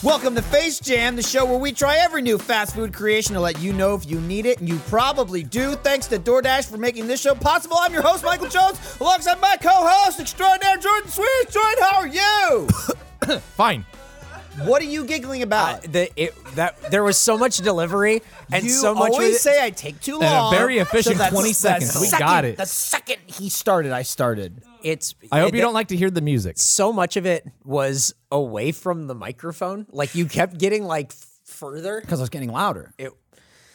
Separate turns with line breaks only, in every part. Welcome to Face Jam, the show where we try every new fast food creation to let you know if you need it, and you probably do. Thanks to DoorDash for making this show possible. I'm your host, Michael Jones, alongside my co host, extraordinaire Jordan Sweet. Jordan, how are you?
Fine.
what are you giggling about?
the it that there was so much delivery and
you
so much
always
with it.
say I take too
a
long.
very efficient
that's-
20
that's
seconds. We
second-
got it.
The second he started, I started.
it's
I hope
it-
you don't like to hear the music.
so much of it was away from the microphone like you kept getting like further
Because I was getting louder.
it,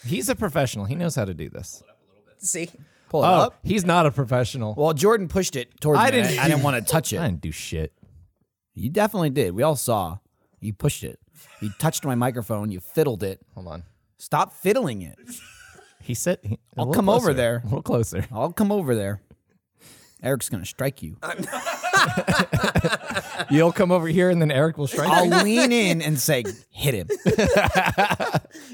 He's a professional. He knows how to do this.
see
Pull it
Oh,
up.
he's not a professional.
Well, Jordan pushed it towards
I
me.
didn't-
I, I didn't want to touch it.
I didn't do shit.
You definitely did. We all saw. You pushed it. You touched my microphone. You fiddled it.
Hold on.
Stop fiddling it.
He said, he- a
I'll
little
come over
closer.
there.
A little closer.
I'll come over there. Eric's gonna strike you.
You'll come over here and then Eric will strike you.
I'll lean in and say, "Hit him."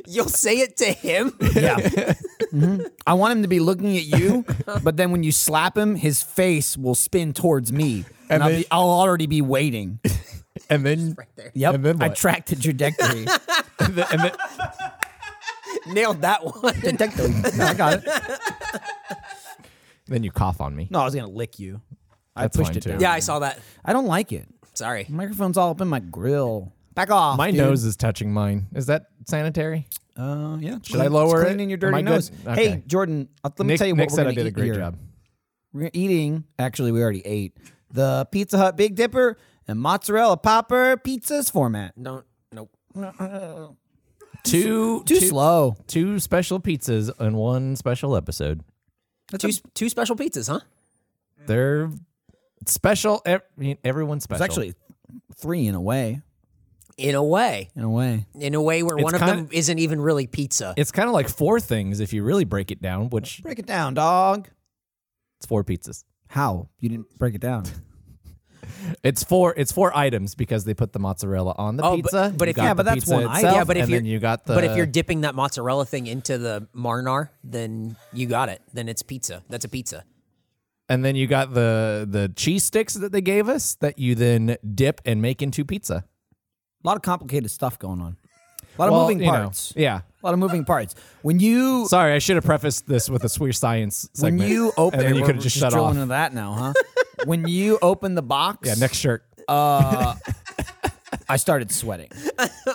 you'll say it to him
Yeah. Mhm. I want him to be looking at you, but then when you slap him, his face will spin towards me, and, I'll,
then-
be, I'll already be waiting.
And then,
Yep.
And then
I
what?
tracked the trajectory.
and then, and then-
nailed that one
trajectory. No, I got it.
then you cough on me.
No, I was gonna lick you. I
That's
pushed
fine,
it
too.
down.
yeah i saw that
I don't like it.
sorry
Microphone's all up in my grill. Back off.
My
dude.
nose is touching mine. Is that sanitary?
Uh, yeah. Should
I lower
clean
it?
in your
Am I
dirty
good?
nose.
Okay.
Hey, Jordan, uh, let me
Nick,
tell you
Nick
what we're
said I
gonna
did a
eat
great
here.
job.
We're eating. Actually, we already ate the Pizza Hut Big Dipper and mozzarella popper pizzas format.
don't nope
Two,
Too
two-
slow.
two special pizzas and one special episode.
two, two special pizzas huh
They're special. ev- I mean, Everyone's
It's
special.
actually three in a way.
in a way
In a way.
in a way where one of
kinda-
them isn't even really pizza
it's kind of like four things if you really break it down, which
Break it down, dog.
it's four pizzas.
How you didn't break it down?
It's four. It's four items because they put the mozzarella on the
Oh, but-
pizza.
but
you
if-
got
yeah,
but
the
that's
pizza
one item.
itself,
Yeah, but if
and
you're-
then you got the.
but if you're dipping that mozzarella thing into the marnar then you got it then it's pizza that's a pizza
and then you got the the cheese sticks that they gave us that you then dip and make into pizza.
A lot of complicated stuff going on. A lot of
Well,
moving
you know,
parts.
yeah.
A lot of moving parts. When you
Sorry, I should have prefaced this with a sweet science
when
segment.
you open,
and then you
we're
could have just, shut
drilling
off.
into that now, huh? when you open the box,
yeah, next shirt.
I started sweating.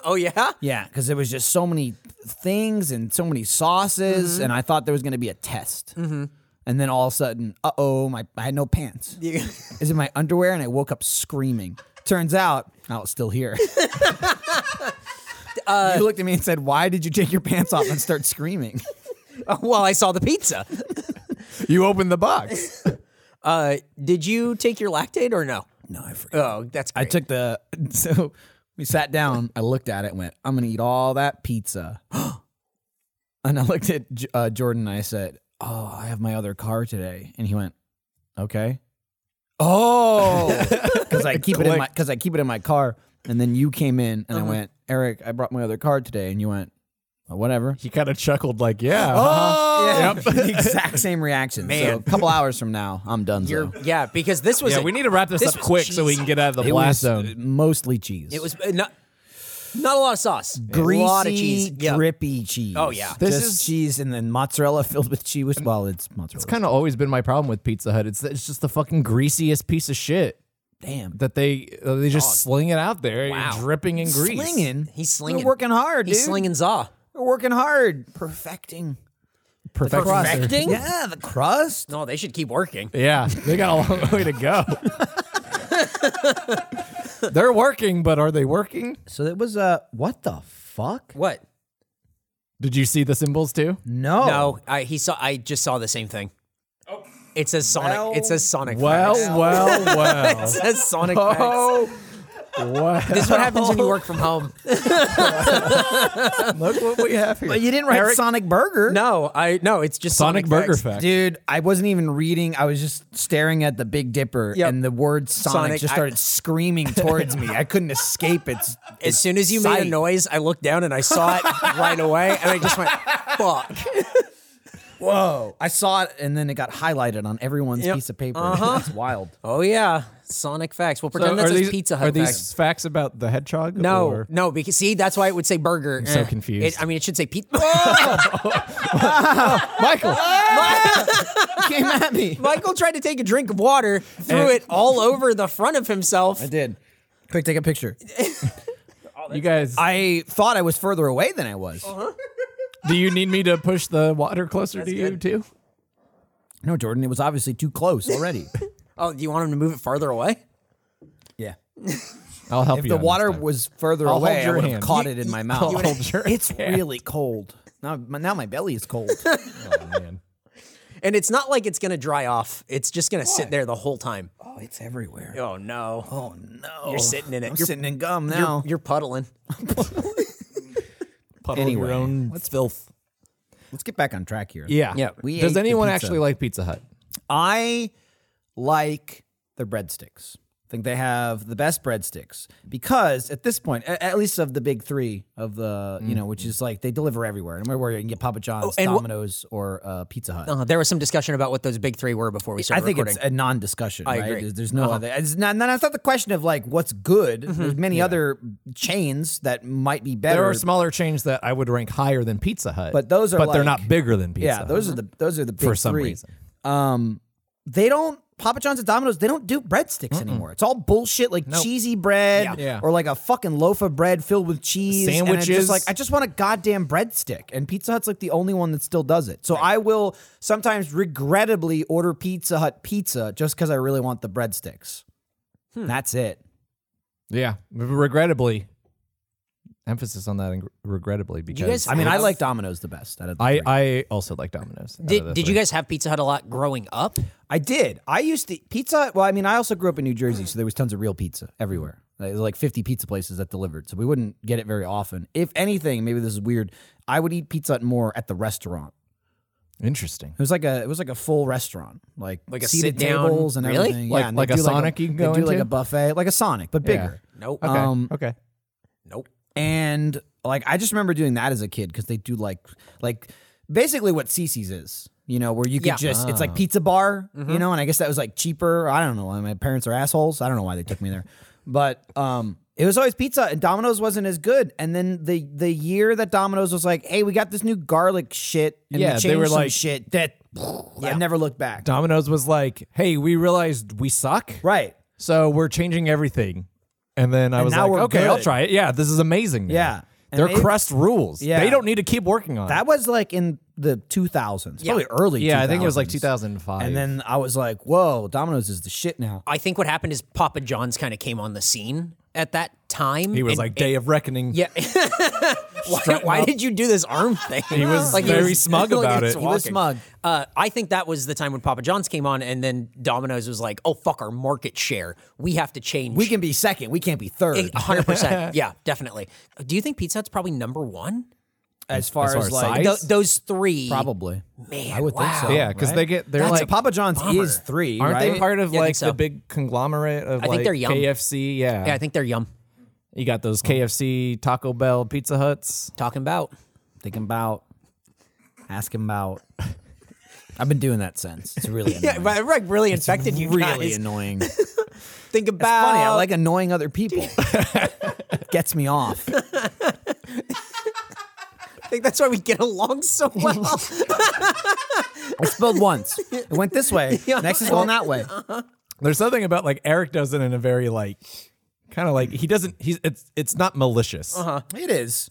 oh yeah
Yeah, because there was just so many things and so many sauces, and I thought there was going to be a test. Mm-hmm. And then all of a sudden, uh oh, my I had no pants. Is in my underwear, and I woke up screaming. Turns out, I was still here. you looked at me and said, "Why did you take your pants off and start screaming?"
well, I saw the pizza.
you open the box.
Uh, did you take your lactate or no?
No, I forgot.
Oh, that's
I
great.
took the so we sat down. I looked at it, and went, "I'm gonna eat all that pizza," and I looked at J- uh, Jordan. and I said, "Oh, I have my other car today," and he went, "Okay." Oh, because I keep it in my because I keep it in my car, and then you came in, and I went, "Eric, I brought my other car today," and you went, "Oh, "Whatever."
He kind of chuckled like, "Yeah."
Yeah, the exact same reaction. So
Man.
a couple hours from now, I'm done.
You're, yeah, because this was
Yeah,
a-
we need to wrap this,
this
up
was
quick so we
cheese.
can get out of the
it
blast
was
zone.
mostly cheese.
It was uh, not not a lot of sauce.
greasy,
a lot of cheese. Yeah.
drippy cheese.
Oh, yeah.
This
just
is-
cheese and then mozzarella filled with cheese. Well, it's mozzarella.
It's kind of always been my problem with Pizza Hut. It's it's just the fucking greasiest piece of shit
damn.
that they uh, they just sling it out there,
Wow.
dripping in grease.
Slinging.
He's slinging.
We're working hard,
He's
dude.
slinging za.
We're working hard, perfecting.
Perfect.
Perfecting?
Yeah, the crust.
No, they should keep working.
Yeah, they got a long way to go. They're working, but are they working?
So it was uh, what the fuck?
What?
Did you see the symbols too?
No,
No, I he saw. I just saw the same thing.
Oh.
It says Sonic. it says Sonic.
Well,
Facts.
well, well.
it says Sonic. Facts.
oh, wow.
This is what happens when you work from home.
Look what we have here.
But you didn't write Sonic Burger.
No, I no. It's just
Sonic
Sonic,
Burger
Facts.
Fact.
Dude, I wasn't even reading. I was just staring at the Big Dipper,
Yep.
and the word Sonic,
Sonic,
just
I-
started screaming towards me. I couldn't escape its.
As soon as you made
sight.
a noise, I looked down and I saw it right away, and I just went, "Fuck!"
Whoa! I saw it, and then it got highlighted on everyone's
Yep.
piece of paper.
Uh-huh.
That's wild.
Oh yeah, Sonic facts. We'll pretend that's his Pizza Hut
Are these
facts.
facts about the hedgehog?
No,
or-
Oh,
no, because see, that's why it would say burger. I'm
so confused.
I mean, it should say pizza. oh,
Michael.
Came at me.
Michael tried to take a drink of water, threw it all over the front of himself.
I did. Quick, take a picture.
you guys,
I thought I was further away than I was.
do you need me to push the water closer to you too?
No, Jordan, it was obviously too close already.
Oh, do you want him to move it farther away?
yeah.
I'll help
If
you.
the
on this
water
time.
was further
I'll
away,
hold
I
your
would have
hand.
caught it in my mouth.
I'll hold your
it's
hand.
really cold. Now, my- now my belly is cold.
Oh, man.
And it's not like it's going to dry off. It's just going to sit there the whole time.
oh, it's everywhere.
Oh no.
Oh no!
You're sitting in it.
I'm
You're-
sitting in gum
You're,
now.
you're puddling.
Puddle
Anyway.
your own.
That's filth.
Let's get back on track here.
Yeah.
Yeah.
We ate
Does
the
anyone
pizza.
actually like Pizza Hut?
I like their breadsticks. I think they have the best breadsticks because at this point, a- at least of the big three of the, you know, which is like they deliver everywhere. No matter where you can get Papa John's,
Mm-hmm. Oh, and wh-
Domino's, or uh, Pizza Hut.
Uh, there was some discussion about what those big three were before we
I
started
think
recording.
it's a non-discussion. right?
agree. Uh-huh.
There's- There's no other. It's not. That's not the question of like what's good.
Mm-hmm.
There's many other chains that might be better.
There are smaller chains that I would rank higher than Pizza Hut,
But those are
but they're
like-
not bigger than Pizza.
yeah,
Hut.
those are the those are the big
for some
three.
reason.
Um, they don't. Papa John's and Domino's, they don't do breadsticks anymore. It's all bullshit, like cheesy bread
Yeah. Yeah.
or like a fucking loaf of bread filled with cheese. and it's
Sandwiches.
just like I just want a goddamn breadstick, and Pizza Hut's like the only one that still does it. So I will sometimes regrettably order Pizza Hut pizza just because I really want the breadsticks.
Hmm.
That's it.
Yeah, regrettably. Emphasis on that, ing- regrettably, because
you guys-
I mean, I
Have-
like Domino's the best. Out of the
I,
three.
I also like Domino's. out of the
did, did you
three.
guys have Pizza Hut a lot growing up?
I did. I used to pizza. Hut- Well, I mean, I also grew up in New Jersey, so there was tons of real pizza everywhere. There was like 50 pizza places that delivered, so we wouldn't get it very often. If anything, maybe this is weird. I would eat pizza Hut more at the restaurant.
Interesting.
It was like a it was like a full restaurant, like,
Like a
seated
sit-down-
tables and
Really?
everything.
Like-
yeah, and
like
they
a
do
Sonic you can
they
go
do like a
into?
buffet, like a Sonic, but
Yeah.
bigger.
Nope. Uh,
Okay.
Um,
okay.
nope.
And like I just remember doing that as a kid because they do like like basically what Cece's is, you know, where you could
Yeah.
just it's
Ah.
like pizza bar, you know, and I guess that was like cheaper. I don't know. My parents are assholes. I don't know why they took me there, but um. It was always pizza, and Domino's wasn't as good. And then the the year that Domino's was like, "Hey, we got this new garlic shit," and we
Yeah,
changed
they were
some
like-
"Shit, that I never looked back."
Domino's was like, "Hey, we realized we suck,
right?
so we're changing everything." And then I was
now
like,
we're
"Okay, I'll
good."
try it. Yeah, this is amazing. now."
Yeah. And
their
they-
crust rules.
Yeah.
they don't need to keep working on
That was like in the two thousands, probably early.
it. Yeah, I think it was like
2000s.
2005.
And then I was like, "Whoa, Domino's is the shit now."
I think what happened is Papa John's kind of came on the scene at that time.
he was
and-
like, "Day of Reckoning."
Yeah. why why did you do this arm thing? He
was very smug about it.
He was smug.
Uh, I think that was the time when Papa John's came on, and then Domino's was like, "Oh fuck, our market share. We have to change."
We can be second. We can't be third.
oh,
hundred percent. Yeah, definitely. Do you think Pizza Hut's probably number one?
as far
as size?
Th- those three,
probably.
Man,
I would
wow.
think so.
Yeah, because
right?
they get they're
That's
like
a- Papa John's is three.
Aren't they
right?
part of
Yeah, I think
like
so.
the big conglomerate of
think
like
they're Yum.
KFC? Yeah.
Yeah, I think they're yum.
you got those KFC, Taco Bell, Pizza Huts.
Talking about
Thinking about, asking about. I've been doing that since. It's really annoying.
but like really infected you
really annoying. It's
Think about
funny. I like annoying other people. Gets me off.
I think that's why we get along so well.
I spilled once. It went this way. Next is going that way.
Uh-huh. There's something about like Eric does it in a very like kind of like he doesn't he's it's it's not
Uh-huh.
malicious,
It is.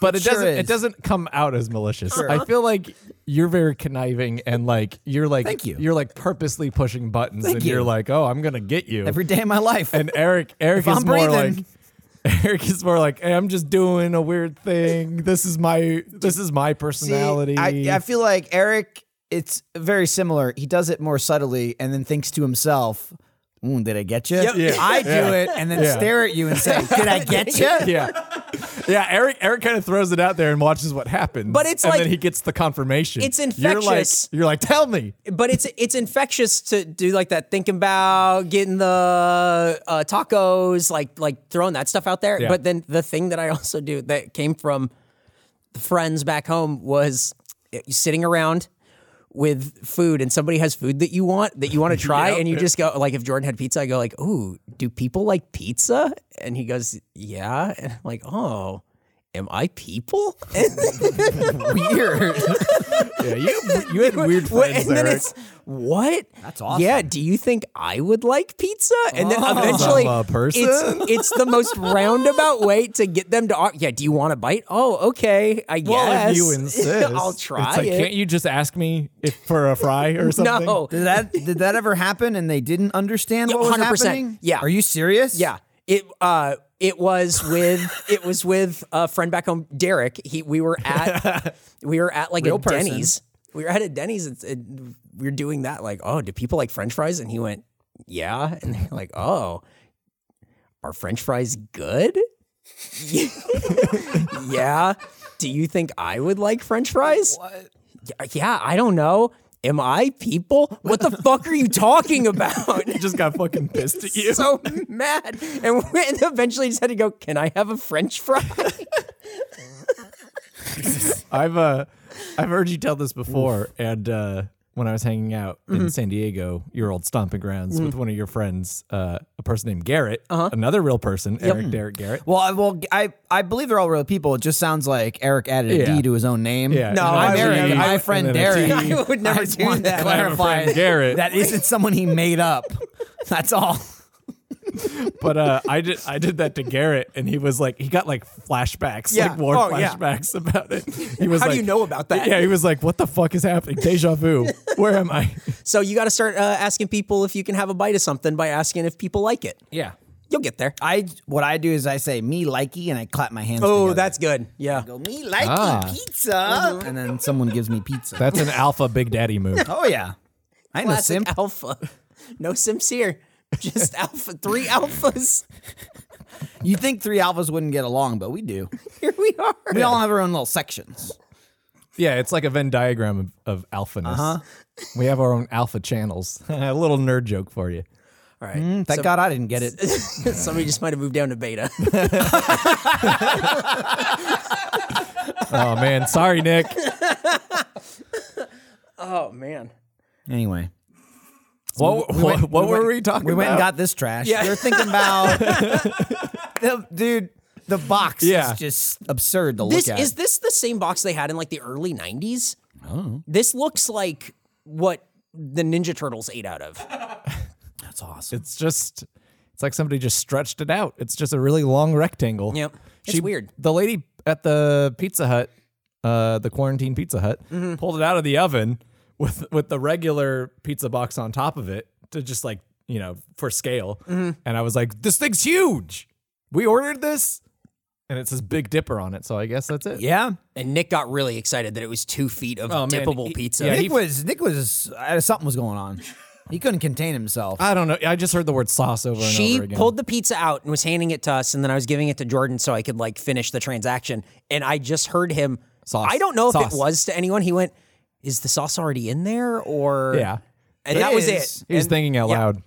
but it
sure
doesn't
is.
it doesn't come out as malicious. I feel like you're very conniving and like you're like
Thank you.
are like purposely pushing buttons and
you.
are like oh I'm gonna get you
Every day of my life.
and Eric Eric
I'm
is more
breathing.
like Eric is more like hey, I'm just doing a weird thing. This is my this is my
See,
personality.
I, I feel like Eric, it's very similar. He does it more subtly and then thinks to himself, "Ooh, did I get you?
Yeah.
I do it and then
Yeah.
stare at you and say, did I get you?
yeah. Yeah, Eric Eric kind of throws it out there and watches what happens.
But it's
and
like-
then he gets the confirmation.
It's
You're like,
infectious.
you're like tell me.
but it's it's infectious to do like that thinking about getting the uh, tacos, like like throwing that stuff out there.
Yeah.
But then the thing that I also do that came from friends back home was eh, sitting around with food and somebody has food that you want that you want to try and you just go like if Jordan had pizza I go like ooh do people like pizza and he goes yeah and I'm like oh am I people
Weird.
Yeah, you you had weird
Wha-
friends
and then
there.
it's what?
That's awesome.
Yeah. Do you think I would like pizza? And then eventually,
I'm a Oh. uh, person.
it's it's the most roundabout way to get them to. ar- Yeah. Do you want a bite? Oh, okay. I
Well,
guess.
if you insist,
I'll
It's
try
like,
it.
Can't you just ask me if for a fry or something?
no.
Did that did that ever happen and they didn't understand
Yeah,
what was
100%.
happening?
Yeah.
Are you serious?
Yeah. It uh it was with it was with a friend back home, Derek. He we were at we were at like
Real
a
person.
Denny's. We were at a Denny's and, and we were doing that like, "Oh, do people like french fries?" and he went, "Yeah." And they're like, "Oh, are french fries good?" yeah. Do you think I would like french fries? "Y- Yeah, I don't know. Am I people? What the fuck are you talking about?
I just got fucking pissed at you.
so mad. And, we- and eventually just had to go, Can I have a French fry?
I've uh, I've heard you tell this before, and uh, when I was hanging out
Mm-hmm.
in San Diego, your old stomping grounds,
Mm.
with one of your friends, uh, a person named Garrett,
Uh-huh.
another real person, Eric Derek Garrett.
Well, I, well, I I believe they're all real people. It just sounds like Eric added a D
Yeah.
to his own name.
Yeah.
no,
No,
I'm
I
Eric.
would-
and
I
my
would-
friend
and then a
Derek.
T.
I would never
I just
do
wanted
that.
To
I
have a friend,
clarify
Garrett.
that isn't someone he made up. That's all.
But uh, I did I did that to Garrett, and he was like, he got like flashbacks,
Yeah.
like more
Oh, yeah.
flashbacks about it. He was
How do
like,
you know about that?
Yeah, he was like, what the fuck is happening? Deja vu. Where am I?
so you got to start uh, asking people if you can have a bite of something by asking if people like it.
Yeah.
You'll get there.
I what I do is I say me likey and I clap my hands.
Oh,
together.
that's good. Yeah.
go me likey
Ah.
pizza, and then someone gives me pizza.
That's an alpha big daddy move.
oh yeah, I know
Classic
simp.
alpha. No simps here. Just alpha. Three alphas.
You think three alphas wouldn't get along, but we do.
Here we are.
We all have our own little sections.
Yeah, it's like a Venn diagram of, of alphaness.
Uh-huh.
We have our own alpha channels. a little nerd joke for you.
All right.
Thank God I didn't get it.
Somebody just might have moved down to beta.
Oh man, sorry, Nick.
oh, man.
Anyway,
What,
we
what,
went-
what
we
were
went-
we talking
we went and
about?
got this trash. They're thinking about the dude. The box
Yeah.
is just absurd to
This
look at.
is this the same box they had in like the early '90s.
Oh.
This looks like what the Ninja Turtles ate out of.
That's awesome.
it's just it's like somebody just stretched it out. It's just a really long rectangle.
Yep. It's weird.
The lady at the Pizza Hut, uh, the quarantine Pizza Hut,
Mm-hmm.
pulled it out of the oven with with the regular pizza box on top of it to just like you know for scale.
Mm-hmm.
And I was like, this thing's huge. We ordered this, and it says Big Dipper on it. So I guess that's it.
Yeah,
And Nick got really excited that it was two feet of
Oh, man.
dippable
He-
pizza.
yeah,
Nick
he-
was Nick was uh, something was going on. He couldn't contain himself.
I don't know. I just heard the word sauce over and
she
over again.
pulled the pizza out and was handing it to us, and then I was giving it to Jordan so I could like finish the transaction. And I just heard him.
Sauce.
I don't know if
Sauce.
it was to anyone. He went, "Is the sauce already in there?" Or
yeah,
and that was
is.
it.
he was
And
thinking out loud.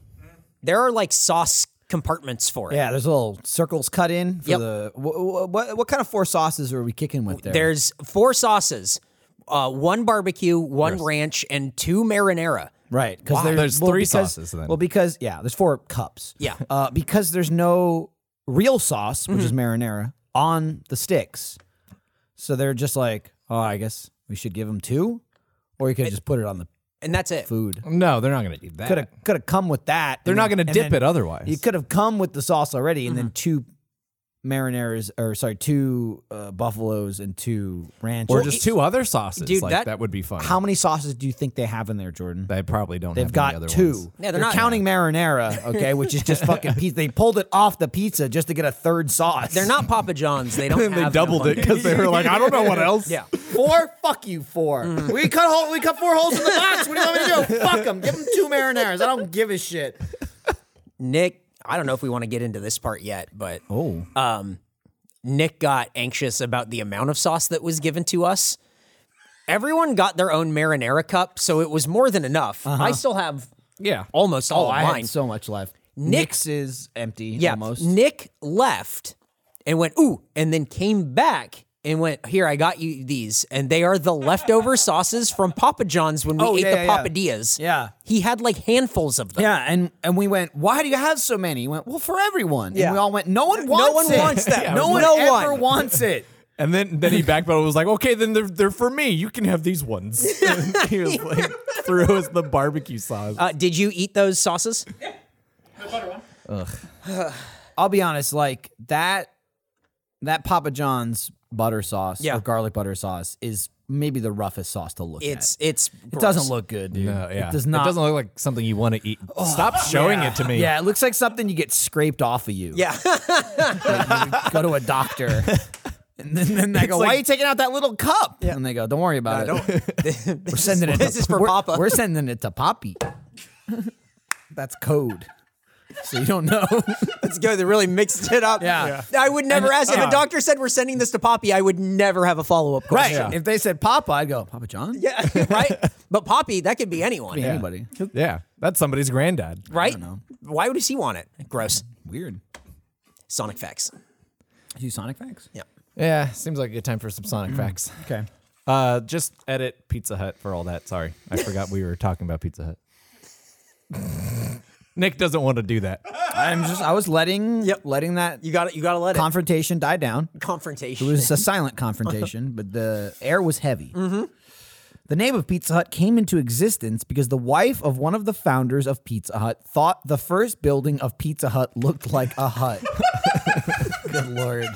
there are like sauce compartments for it.
yeah, there's little circles cut in for
Yep.
the what, what what kind of four sauces are we kicking with there?
There's four sauces, uh, one barbecue, one ranch, and two marinara.
Right, because
There's three sauces then.
Well, because yeah, there's four cups.
Yeah.
uh, because there's no real sauce, which is marinara, on the sticks. So they're just like, oh, I guess we should give them two, or you could just put it on the
And that's it.
food.
No, they're not going to do that.
Could have could have come with that.
they're not going to dip it otherwise.
You could have come with the sauce already, and then two marinaras, or sorry, two uh, buffaloes and two ranch.
or just two other sauces.
dude,
like,
that-
that, would be fun.
e how many sauces do you think they have in there, Jordan?
they probably don't.
They've
have any
got
other
two.
ones.
Yeah, they're
they're
not-
counting marinara, okay, which is just fucking pizza. They pulled it off the pizza just to get a third sauce.
They're not Papa John's. They don't.
And they
have
doubled it because they were like, I don't know what else.
Yeah.
four. Fuck you, four. We cut hole. We cut four holes in the box. What do you want me to do? Fuck them. Give them two marinaras. I don't give a shit.
Nick, I don't know if we want to get into this part yet, but um,
Oh,
Nick got anxious about the amount of sauce that was given to us. Everyone got their own marinara cup, so it was more than enough. I still have
Yeah.
almost all of
Uh-huh. Oh, I
mine.
had so much left. Nick's is empty.
yeah,
almost.
Nick left and went ooh, and then came back and went, Here, I got you these. And they are the leftover sauces from Papa John's when we
Oh,
ate
yeah,
the
yeah, yeah.
papadillas.
Yeah.
He had like handfuls of them.
Yeah, and and we went. Why do you have so many? He went. Well, for everyone.
Yeah.
And we all went. No one wants.
one
it.
wants that.
no
Yeah,
one
no
ever
one."
wants it.
And then then he backpedaled and was like, okay, then they're, they're for me. You can have these ones. And he was like, threw us the barbecue sauce.
Uh, did you eat those sauces?
I'll be honest. Like that, that Papa John's butter sauce
Yeah.
or garlic butter sauce is maybe the roughest sauce to look
It's
at.
it's
It doesn't look good, dude.
No, Uh, yeah.
It does not. Oh,
doesn't look like something you want to eat. Stop showing it to me.
Yeah, it looks like something you get scraped off of you.
Yeah.
Like, go to a doctor. And then, then they go, "Why are you taking out that little cup?" And they go, "Don't worry about it. we're sending it.
this
to,
is for
we're-
Papa.
We're sending it to Poppy. That's code, so you don't know.
Let's go. They really mixed it up.
Yeah. uh,
I would never ask if a doctor said we're sending this to Poppy. I would never have a follow up
right?
question.
If they said Papa, I'd go Papa John.
Yeah. right. But Poppy, that could be anyone.
Be anybody.
Yeah. That's somebody's granddad.
Right. Why would he want it? Gross.
Weird.
Sonic facts.
Do Sonic facts?
Yeah.
Yeah. Seems like a good time for some Sonic facts.
Okay.
Uh, just edit Pizza Hut for all that. Sorry. I forgot we were talking about Pizza Hut. Nick doesn't want to do that.
I'm just. I was letting.
Yep.
Letting that
You got to You got to let
confrontation die down.
it. Confrontation.
It was a silent confrontation, but the air was heavy.
Mm-hmm.
The name of Pizza Hut came into existence because the wife of one of the founders of Pizza Hut thought the first building of Pizza Hut looked like a hut. Good lord.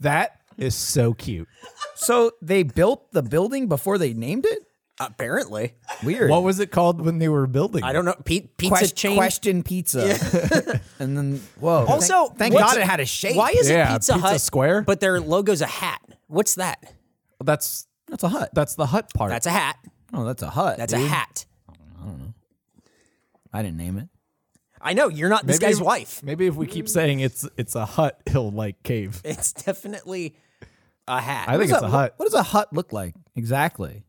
That is so cute.
So they built the building before they named it?
Apparently,
Weird.
What was it called when they were building?
I don't know. Pe- pizza
Quest-
chain.
question pizza. and then whoa.
Also,
thank, thank
what's-
God it had a shape.
Why is
Yeah,
it Pizza,
Pizza
Hut
Square?
But their logo's a hat. What's that?
That's
that's a hut.
that's the hut part.
That's a hat.
Oh, that's a hut.
That's a
dude.
hat.
I didn't name it.
I know you're not this
Maybe
guy's
if-
wife.
Maybe if we keep saying it's it's a hut, he'll like cave.
It's definitely a hat.
I think it's
What's
a
a-
hut.
What does a hut look like exactly?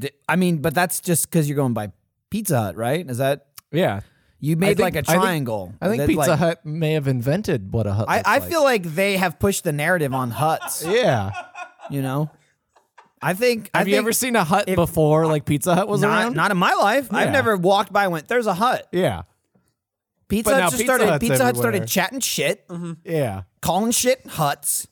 Th- I mean, but that's just because you're going by Pizza Hut, right? Is that
Yeah.
you
I
made
think-
like a
I think-
triangle?
I think
That's
Pizza
like-
Hut may have invented what a hut.
I,
looks
I
like.
feel like they have pushed the narrative on huts.
Yeah.
You know, I think.
Have you ever seen a hut before? Like Pizza Hut was
Not,
around.
not in my life.
Yeah.
I've never walked by. and Went there's a hut.
yeah.
Pizza
But
Hut
now
just
Pizza
started.
Hut's
pizza Hut
everywhere. Mm-hmm.
started chatting shit,
Yeah.
calling shit huts,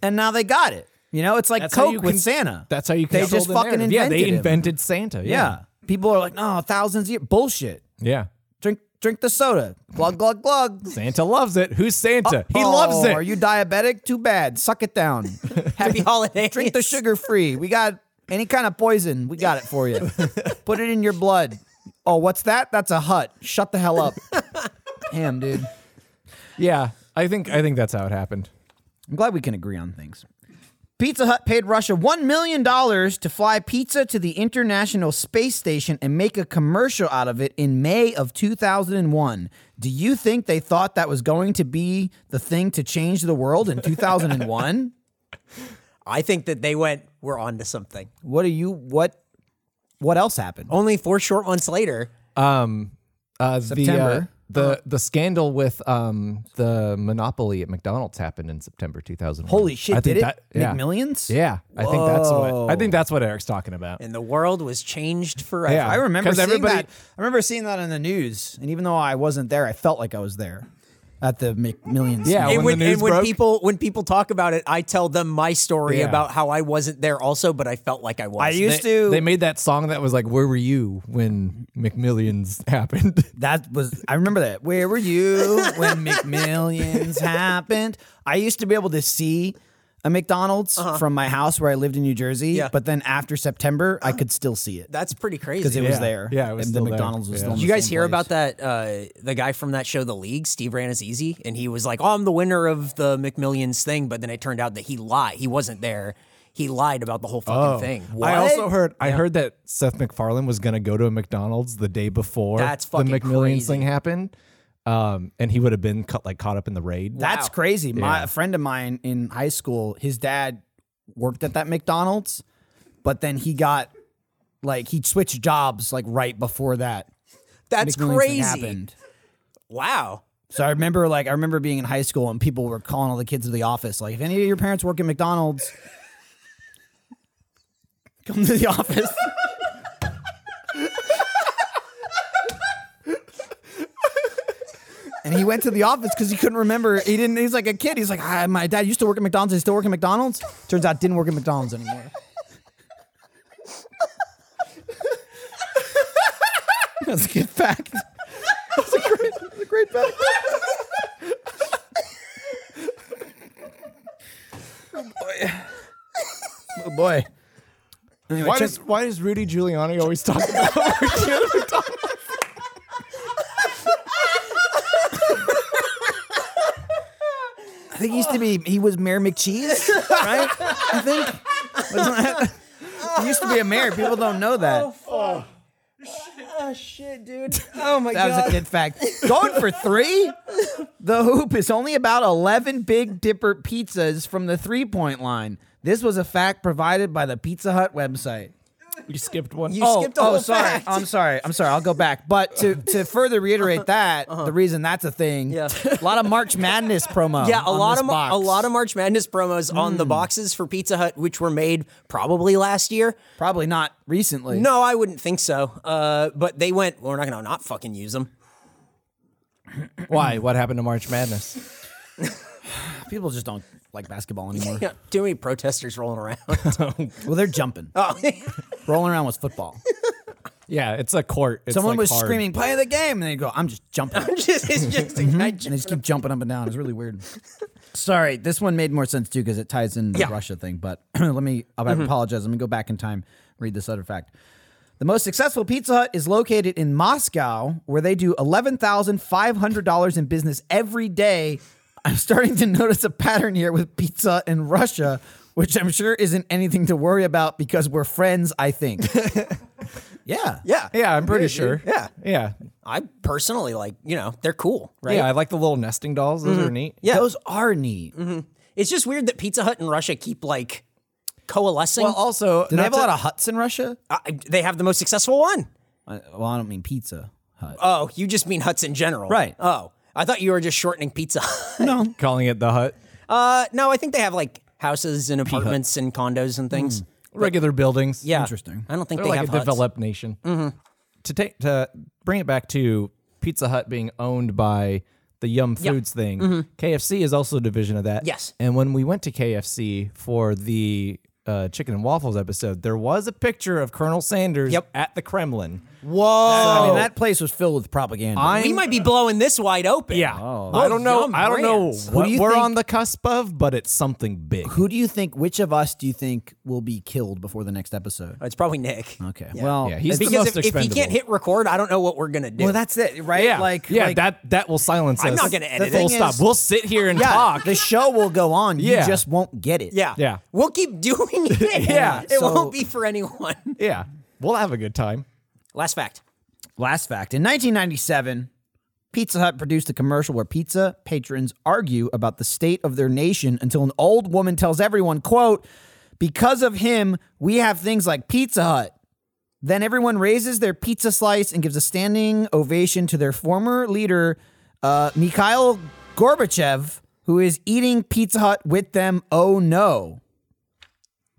and now they got it. You know, it's like
That's how
Coke
you
with
can-
Santa.
That's how you.
They
control
just
the
fucking
narrative. Yeah, they
invented him.
invented Santa.
yeah.
Yeah.
People are like, no, thousands of years. Bullshit.
Yeah.
drink drink the soda. Glug glug glug.
Santa loves it. Who's Santa? he loves
Oh, Are
it.
you diabetic? Too bad. Suck it down.
Happy holiday.
Drink the sugar free. We got any kind of poison. We got it for you. Put it in your blood. Oh, what's that? That's a hut. Shut the hell up. Damn, dude.
yeah. I think I think that's how it happened.
I'm glad we can agree on things. Pizza Hut paid Russia $1 million to fly pizza to the International Space Station and make a commercial out of it in May of 2001. Do you think they thought that was going to be the thing to change the world in 2001?
I think that they went. We're on to something.
what are you what what else happened?
Only four short months later,
Um. Uh,
September.
The, uh, the the scandal with um the monopoly at McDonald's happened in September 2001.
Holy shit,
I think
did it?
that-
Make
yeah.
millions?
Yeah, I think that's what I think that's what Eric's talking about.
and the world was changed forever.
Yeah.
I remember
'Cause
seeing
everybody-
that. I remember seeing that on the news, and even though I wasn't there, I felt like I was there at the McMillions.
Yeah,
meeting.
when the
and when,
news
and when
broke?
people when people talk about it, I tell them my story
Yeah.
about how I wasn't there also, but I felt like I was.
I used
They,
to
they made that song that was like, "Where were you when McMillions happened?"
That was I remember that. Where were you when McMillions happened? I used to be able to see a McDonald's from my house where I lived in New Jersey,
Uh-huh. Yeah.
but then after September, I could still see it
That's pretty crazy.
because it was
Yeah.
there.
Yeah, it was
and
still
the
there.
McDonald's was
Yeah.
still. in
Did
the
you guys
same
hear
place.
about that? Uh, the guy from that show, The League, Steve Ranazizi, and he was like, "Oh, I'm the winner of the McMillions thing," but then it turned out that he lied. He wasn't there. He lied about the whole fucking thing.
I also heard I heard that Seth McFarlane was going to go to a McDonald's the day before
That's
the
fucking
McMillions
crazy.
thing happened, um, and he would have been cut, like caught up in the raid.
That's
Wow.
crazy. My a friend of mine in high school, his dad worked at that McDonald's, but then he got like he switched jobs like right before that
That's
McMillions thing
crazy.
happened.
Wow.
So I remember like I remember being in high school and people were calling all the kids to the office like if any of your parents work at McDonald's come to the office. and he went to the office because he couldn't remember. He didn't. He's like a kid. He's like, ah, my dad used to work at McDonald's. He still work at McDonald's. Turns out, didn't work at McDonald's anymore. That's a good fact. That's a great, that's a great fact. oh boy. Oh boy. Anyway,
Why
check-
does why does Rudy Giuliani always talk about working at McDonald's?
I think he used to be he was Mayor McCheese, right? I think wasn't that? He used to be a mayor. People don't know that.
Ah,
Oh shit, dude. Oh my
That was a good fact. Going for three? The hoop is only about 11 Big Dipper pizzas from the three point line. This was a fact provided by the Pizza Hut website.
You skipped one.
You skipped a
oh,
whole
sorry.
fact. Uh-huh.
I'm sorry. I'm sorry. I'll go back. But to, to further reiterate that, the reason that's a thing,
Yeah.
a lot of March Madness promo.
Yeah, a
on
lot
this
of
box. Hmm.
a lot of March Madness promos on the boxes for Pizza Hut, which were made probably last year.
probably not recently.
No, I wouldn't think so. Uh, but they went, well, we're not going to not fucking use them.
Why? What happened to March Madness?
people just don't like basketball anymore.
Yeah, too many protesters rolling around.
Well, they're jumping.
oh,
Rolling around was football.
Yeah, it's a court. It's
Someone
like
was
hard.
screaming, play the game. And they go, I'm just jumping. and
just, it's just a guy
they just keep jumping up Mm-hmm. and down. It's really weird. Sorry, this one made more sense too because it ties in the
Yeah.
Russia thing. But let me, I apologize. Let me go back in time, read this other fact. The most successful Pizza Hut is located in Moscow, where they do $11,500 in business every day. I'm starting to notice a pattern here with Pizza Hut in Russia, which I'm sure isn't anything to worry about because we're friends, I think. yeah.
Yeah.
Yeah, I'm pretty sure.
Yeah.
yeah,
I personally like, you know, they're cool, right? Mm-hmm.
yeah. I like the little nesting dolls. Those are neat.
Yeah.
Those are neat.
It's just weird that Pizza Hut and Russia keep like coalescing.
Well, also,
Do they
not
have a
to-
lot of huts in Russia?
I, they have the most successful one.
I, well, I don't mean pizza hut.
Oh, you just mean huts in general.
Right.
Oh, I thought you were just shortening Pizza Hut.
no.
calling it the hut,
Uh, no, I think they have like houses and apartments and condos and
Hmm.
things.
regular buildings.
Yeah.
Interesting.
I don't think
they're
they
like
have
a
huts. Mm-hmm.
developed nation. To take to bring it back to Pizza Hut being owned by the Yum Foods thing, KFC is also a division of that.
Mm-hmm. Yes.
And when we went to KFC for the uh, chicken and waffles episode, there was a picture of Colonel Sanders
Yep.
at the Kremlin. Oh.
I
Whoa.
mean, that place was filled with propaganda.
we might be blowing this wide open.
Yeah, I don't know.
Oh, Yum
I don't
Brands.
know what
do you
we're
think-
on the cusp of, but it's something big.
Who do you think? Which of us do you think will be killed before the next episode?
It's probably Nick.
Okay. Well,
Yeah, he's the
it's-
Because
most
if, if he can't
expendable.
hit record, I don't know what we're gonna do.
well, that's it, right?
Yeah,
Like,
yeah,
like,
that that will silence
I'm
us.
not gonna edit it.
Full
Thing
stop.
is-
We'll sit here and
yeah,
talk.
The show will go on.
Yeah.
You just won't get it.
yeah,
Yeah.
We'll keep doing it.
Yeah,
it
so-
won't be for anyone.
yeah, we'll have a good time.
Last fact.
Last fact: In 1997, Pizza Hut produced a commercial where pizza patrons argue about the state of their nation until an old woman tells everyone, "quote Because of him, we have things like Pizza Hut." Then everyone raises their pizza slice and gives a standing ovation to their former leader, uh, Mikhail Gorbachev, who is eating Pizza Hut with them. Oh no!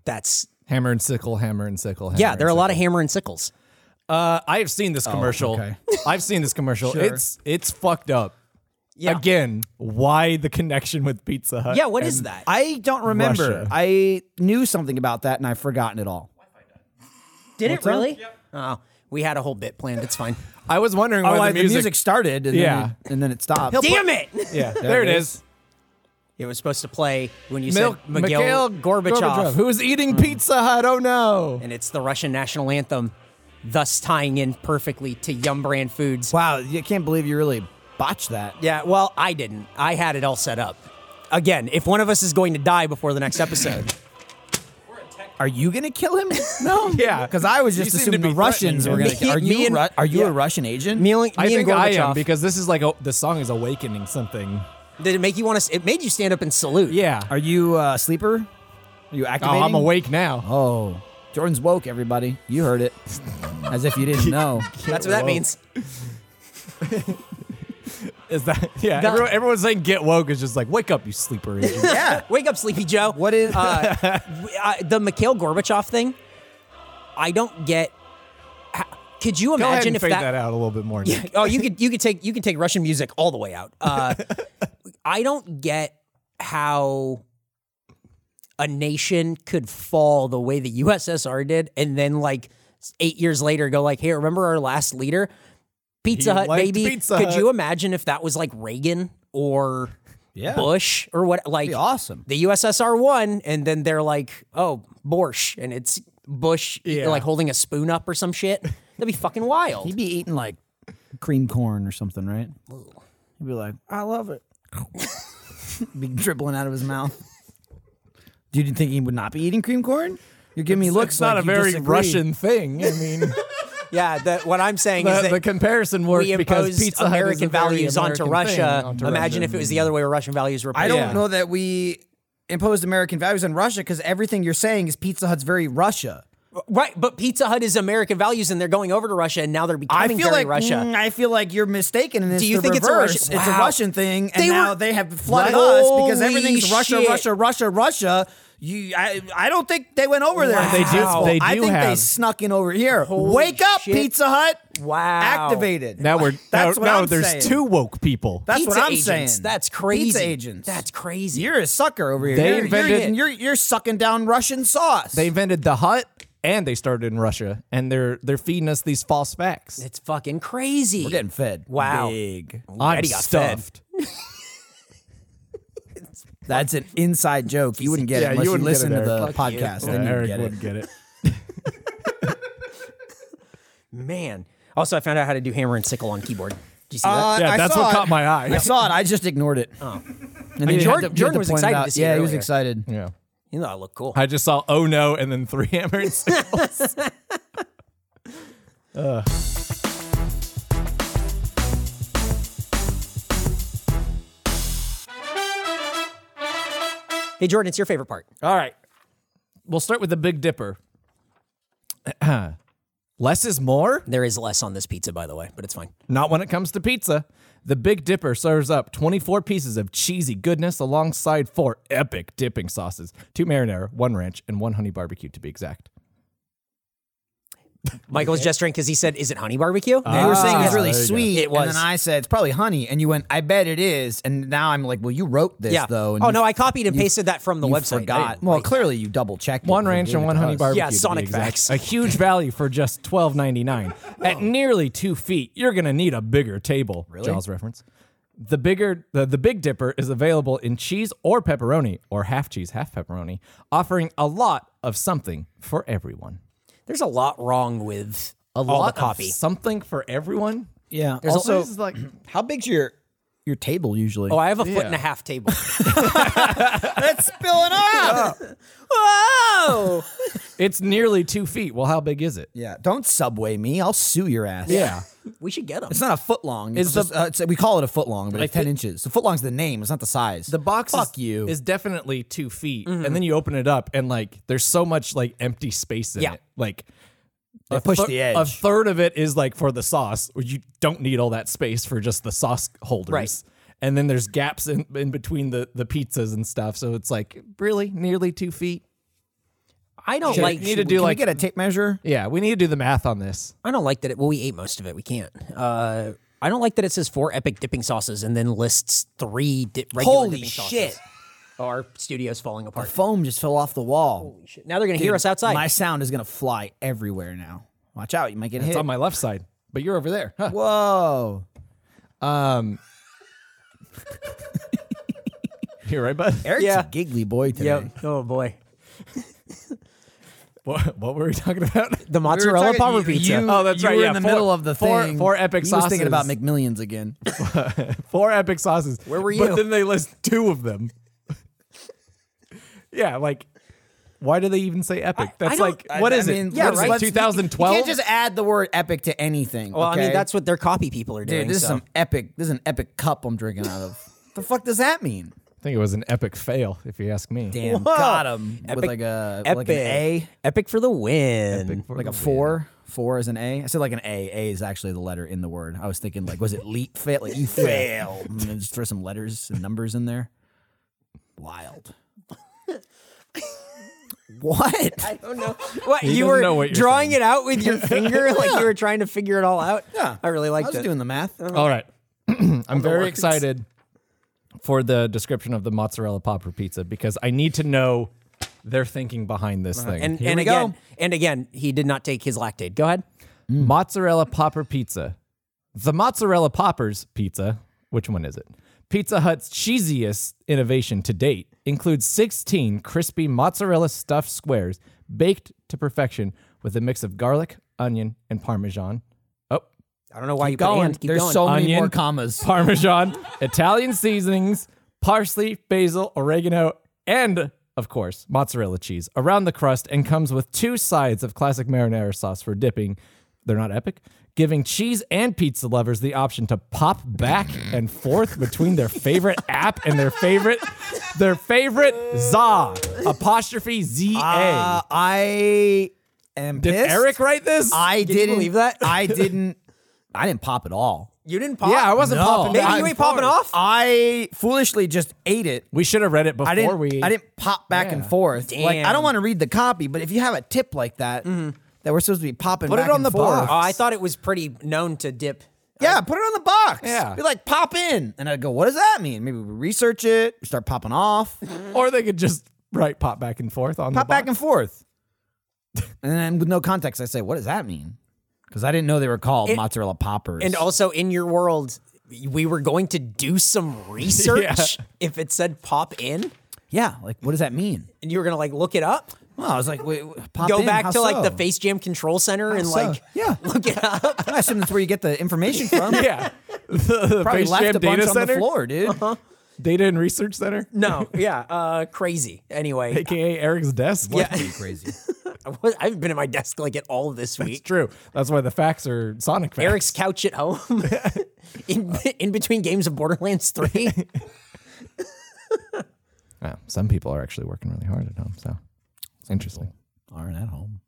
That's
Hammer and sickle, hammer and sickle. Hammer
yeah.
and
There are a lot of hammer and sickles.
Uh, I have seen this commercial.
okay.
I've seen this commercial. It's it's fucked up.
Yeah.
Again, why the connection with Pizza Hut?
Yeah. What is that?
I don't remember.
Russia.
I knew something about that and I've forgotten it all.
Did it really? Oh, we had a whole bit planned. It's fine.
I was wondering
Oh,
why
like
the music.
started, and
Yeah.
then it, and then it stopped.
Damn it!
Oh, yeah, there it is.
It was supposed to play when you
Mil-
said Mikhail, Gorbachev,
who is eating Pizza Hut. Oh no!
and it's the Russian national anthem, thus tying in perfectly to Yum Brand Foods.
Wow, I can't believe you really botched that.
Yeah, well, I didn't. I had it all set up. Again, if one of us is going to die before the next episode,
Are you gonna kill him? No,
Yeah.
because I was
You
just
seem to
assuming the
be
Russians were gonna.
threatening
him.
kill Are
Me
you
and-
Ru- are you
yeah.
a Russian agent?
me and, me
I
and
think
Gorbachev,
I am because this is like a, the song is awakening something.
did it make you want to? It made you stand up and salute.
Yeah.
are you uh, sleeper? Are you
Oh,
activating?
I'm awake now.
Oh, Jordan's woke. Everybody, you heard it, as if you didn't know.
that's what that
Whoa.
means.
Is that yeah? everyone, everyone's saying get woke is just like wake up, you sleeper. agent."
Yeah.
Wake up, Sleepy Joe.
What is
uh, w- uh, the Mikhail Gorbachev thing? I don't get. ha- Could you
Go ahead
imagine
and
if
fade
that,
that, out a little bit more. Nick.
oh, you could you could take you could take Russian music all the way out. Uh, I don't get how a nation could fall the way the USSR did, and then like eight years later go like, hey, remember our last leader, Pizza
He
Hut,
liked
baby?
Pizza
could
Hut.
you imagine if that was like Reagan or
Yeah.
Bush or what? Like
be awesome.
the USSR won, and then they're like, "Oh, Borscht," and it's Bush
Yeah.
like holding a spoon up or some shit. That'd be fucking wild.
He'd be eating like cream corn or something, right? He'd be like, I love it. be dribbling out of his mouth. Do you think he would not be eating cream corn? You're giving me looks
It's not
like
a
you
very
disagree.
Russian thing. I mean, the,
yeah, that, what I'm saying is that
the comparison works
we
because
impose
Pizza Hut is
American
a very
values
American
onto
thing
Russia.
onto
Imagine
Russia.
if it was the other way, where Russian values were.
I don't
Yeah.
know that we imposed American values on Russia because everything you're saying is Pizza Hut's very Russia.
right, but Pizza Hut is American values, and they're going over to Russia, and now they're
I
becoming
feel
very
like
Russia.
mm, I feel like you're mistaken. And it's
Do you
the
think it's a
reverse.
Russian-
It's
Wow.
a Russian thing, and
They
now
were-
they have flooded
Right.
us because
Holy
everything's Russia,
shit.
Russia, Russia, Russia. You, I, I don't think they went over there.
Wow. They do-
Well,
they
I
do
think they
have-
snuck in over here.
Holy
Wake up,
shit.
Pizza Hut.
Wow.
activated.
Now we're
That's what
now, now
I'm
there's
saying.
two woke people.
That's
Pizza
what I'm
agents.
saying.
That's crazy.
Pizza agents.
That's crazy.
You're a sucker over here.
They
you're,
invented-
you're, getting- you're, you're sucking down Russian sauce.
they invented the hut and they started in Russia and they're they're feeding us these false facts.
it's fucking crazy.
we're getting fed.
Wow.
Big.
I'm
Already got fed.
stuffed.
That's an inside joke. You wouldn't get
Yeah,
it unless
you
you,
wouldn't get it
listen to
there.
the
Fuck
podcast.
Yeah,
then you
Eric
get it.
wouldn't get it.
Man. Also, I found out how to do hammer and sickle on keyboard. Did you see that?
Uh,
Yeah,
I
that's
saw
what
it.
caught my eye. Oh.
I saw it. I just ignored it. And then you had to-
Jordan-
you had
Jordan
to
was
point it
excited
out.
to see it
Yeah, he was
earlier.
excited.
Yeah.
You know, I look cool.
I just saw oh no and then three hammers.
Hey, Jordan, it's your favorite part.
All right. We'll start with the Big Dipper. Less is more?
There is less on this pizza, by the way, but it's fine.
Not when it comes to pizza. The Big Dipper serves up 24 pieces of cheesy goodness alongside four epic dipping sauces two marinara, one ranch, and one honey barbecue to be exact.
Michael was gesturing because he said, "Is it honey barbecue?"
You were saying it was
Ah,
really
there you go.
sweet.
It was.
And then I said, it's probably honey. And you went, I bet it is. And now I'm like, well, you wrote this,
yeah.
though. And
oh
you,
no, I copied and pasted that from the
you
website. I
forgot.
didn't-
Well, clearly you double checked.
One ranch and one honey barbecue.
Yeah,
to be
Sonic
exact.
facts.
A huge value for just twelve ninety nine. At nearly two feet, you're gonna need a bigger table. Really? Jaws reference. The bigger the, the Big Dipper is available in cheese or pepperoni or half cheese, half pepperoni, offering a lot of something for everyone.
there's a lot wrong with
A
all
lot
the copy.
of something for everyone.
Yeah.
There's
also,
always, like
how big's your your table usually?
oh, I have a foot
Yeah.
and a half table.
it's spilling out.
Whoa!
it's nearly two feet. Well, how big is it?
yeah. Don't subway me. I'll sue your ass.
Yeah.
we should get them.
It's not a foot long. It's,
Is the-
just, uh, it's- we call it a foot long, but it's 10
the-
inches. The foot long's the name. It's not the size.
The box
Fuck
is,
you.
is definitely two feet,
Mm-hmm.
and then you open it up, and like there's so much like empty space in
Yeah.
it. Like
They push
thir-
the
A
edge.
third of it is like for the sauce. where You don't need all that space for just the sauce holders.
Right.
And then there's gaps in, in between the, the pizzas and stuff. So it's like really nearly two feet.
I don't
Should-
like.
need to
Can
do
we
like
get a tape measure?
yeah. We need to do the math on this.
I don't like that. It, well, we ate most of it. We can't. Uh, I don't like that it says four epic dipping sauces and then lists three di- regular
Holy
dipping sauces.
shit.
Oh, Our studio's falling apart.
Foam just fell off the wall.
Now they're gonna hear us outside.
My sound is gonna fly everywhere now. Watch out, you might get
It's
hit.
on my left side, but you're over there. Huh.
Whoa.
Um, you're right, bud.
Eric's
Yeah.
a giggly boy today.
Oh boy.
What, what were we talking about?
The
We were
mozzarella
talking-
power
you-
pizza.
You,
Oh, that's
you
right,
Were
yeah,
in the
four-
middle of the
four-
thing.
four epic
you was thinking about
sauces.
McMillions again.
four epic sauces. Where
were you?
But then they list two of them. yeah, like why do they even say epic? That's
don't-
like what
I-
is
I mean,
it?
yeah,
What is
right?
it?
Let's- you- You
2012.
can't just add the word epic to anything.
well, I mean
okay?
that's what their copy people are doing.
dude. This
so.
is some epic. This is an epic cup I'm drinking out of. the fuck does that mean?
I think it was an epic fail, if you ask me.
Damn,
Whoa.
got him with
Epic-
like a
epic.
like an A,
Epic for the win.
like a four, Four is an A. I said like an A. A is actually the letter in the word. I was thinking like, was it leap fail? Like you fail. And then just throw some letters and numbers in there. Wild. what?
I don't know. What you
doesn't
were
know what you're
drawing it out with your finger, like you were trying to figure it all out.
Yeah.
I really
I
liked
was
it.
doing the math.
All right. I'm very
words.
excited for the description of the mozzarella popper pizza because I need to know their thinking behind this thing.
and
Here
and
we
again,
go.
and again, he did not take his lactate. Go ahead.
mozzarella popper pizza. The mozzarella poppers pizza, which one is it? Pizza Hut's cheesiest innovation to date includes 16 crispy mozzarella stuffed squares baked to perfection with a mix of garlic, onion, and parmesan. Oh,
I don't know why you put
Going.
and. Keep
There's
going. Uh,
so many
Onion.
more commas.
Parmesan, Italian seasonings, parsley, basil, oregano, and of course, mozzarella cheese around the crust and comes with two sides of classic marinara sauce for dipping. They're not epic, giving cheese and pizza lovers the option to pop back and forth between their favorite app and their favorite their favorite za apostrophe z a.
Uh, I am
Did
pissed.
Eric write this?
I didn't
believe that?
I didn't. I didn't pop at all.
you didn't pop.
yeah, I wasn't
No.
popping.
Maybe
back
you
and
ain't popping
forth.
off.
I foolishly just ate it.
We should have read it before
I didn't.
we.
I didn't pop back and
Yeah.
forth. Like I
Damn. Mm-hmm.
don't want to read the copy, but if you have a tip like that that we're supposed to be popping,
Put it
back
on
and
the
forth,
box.
Oh, I thought it was pretty known to dip.
Yeah, put it on the box.
Yeah.
be like pop in, and I'd go, "What does that mean?" Maybe we research it, start popping off,
Or they could just write pop back and forth on
pop
the box.
back and forth, and then with no context, I say, "What does that mean?" Because I didn't know they were called mozzarella poppers.
And also in your world, we were going to do some research if it said pop in,
yeah, like what does that mean?
and you were gonna like look it up,
Well, I was like, wait, wait, pop
go
in,
back
how
to like the
so?
Face Jam Control Center and
So,
like
yeah,
look it up.
I assume that's where you get the information from.
yeah. The, the
Probably
Space
left
Jam
a bunch
Data
on the
Center,
floor, dude.
Uh-huh.
Data and Research Center,
No, yeah, uh, crazy. Anyway,
aka Eric's desk.
Yeah.
Pretty crazy.
I was- I haven't been at my desk like at all this
it's
week.
true. That's why the facts are Sonic facts.
Eric's couch at home in in between games of Borderlands Three.
Yeah, some people are actually working really hard at home, so it's interesting.
Aren't at home.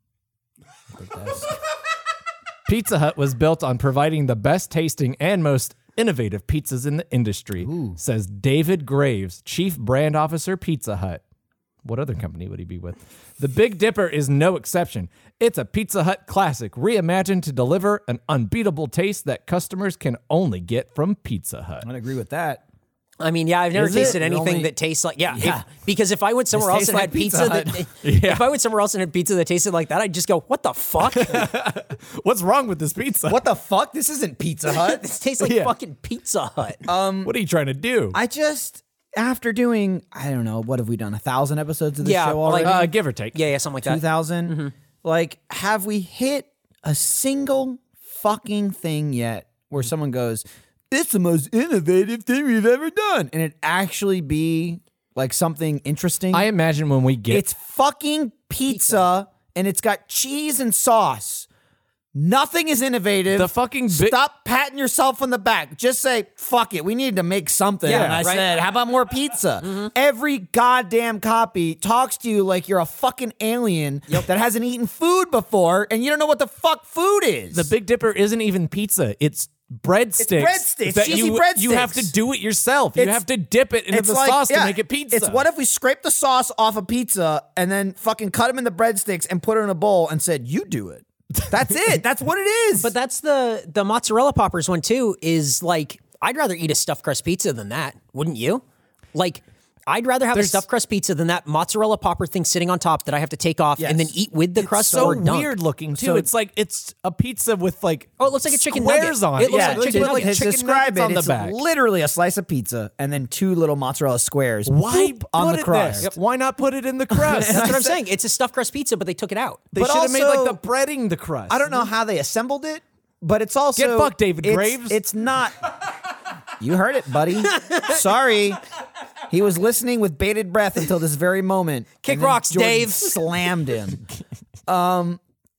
Pizza Hut was built on providing the best tasting and most innovative pizzas in the industry, says David Graves, Chief Brand Officer, Pizza Hut. What other company would he be with? The Big Dipper is no exception. It's a Pizza Hut classic, reimagined to deliver an unbeatable taste that customers can only get from Pizza Hut.
I'd agree with that.
I mean, yeah, I've never
Is it?
tasted
It
anything
only-
that tastes like yeah. if-
Yeah.
because if I went somewhere else
tastes
and
like
had
Pizza
pizza, that
Hut.
if I went somewhere else and had pizza that tasted like that, I'd just go, "What the fuck?
What's wrong with this pizza?
What the fuck? This isn't Pizza Hut.
this tastes like
Yeah.
fucking Pizza Hut."
Uh,
What are you trying to do?
I just after doing I don't know what have we done a thousand episodes of this
Yeah,
show
like,
already?
uh, give or take.
yeah, yeah, something like
Two
that. Mm-hmm.
thousand. Like, have we hit a single fucking thing yet where someone goes, "It's the most innovative thing we've ever done," and it actually be like something interesting?
I imagine when we get
It's fucking pizza, and it's got cheese and sauce. Nothing is innovative.
The fucking bi-
stop patting yourself on the back. Just say fuck it. We need to make something.
Yeah,
and I
right.
said, how about more pizza?
Mm-hmm.
Every goddamn copy talks to you like you're a fucking alien that hasn't eaten food before, and you don't know what the fuck food is.
The Big Dipper isn't even pizza. It's breadsticks.
breadsticks,
that
cheesy
you, You have
breadsticks.
to do it yourself. you
It's-
have to dip it into the
like-
sauce
yeah,
to make it pizza.
It's what if we scrape the sauce off a pizza and then fucking cut them into breadsticks and put it in a bowl and said, "You do it." That's it. That's what it is.
But that's the the mozzarella poppers one too. Is like I'd rather eat a stuffed crust pizza than that, wouldn't you? Like I'd rather have a stuffed crust pizza than that mozzarella popper thing sitting on top that I have to take off and then eat with the crust
so
or dunk.
weird looking too.
So-
it's like it's a pizza with like
Oh, it looks like a chicken
squares
nugget.
on it.
It looks
yeah,
like chicken
to-
like
to
nuggets.
chicken
describe
nuggets
it,
on the
it's
back.
literally a slice of pizza and then two little mozzarella squares.
Why
boop, on
put
the
it
crust?
there? Why not put it in the crust?
That's what I'm saying. It's a stuffed crust pizza, but they took it out.
They
But
should have made like
also-
the breading the crust.
I don't know how they assembled it, but it's also
Get fucked, David
it's,
Graves.
It's not. You heard it, buddy. Sorry. He was listening with bated breath until this very moment.
Kick
and then
rocks,
Jordan
Dave.
Slammed him. Um,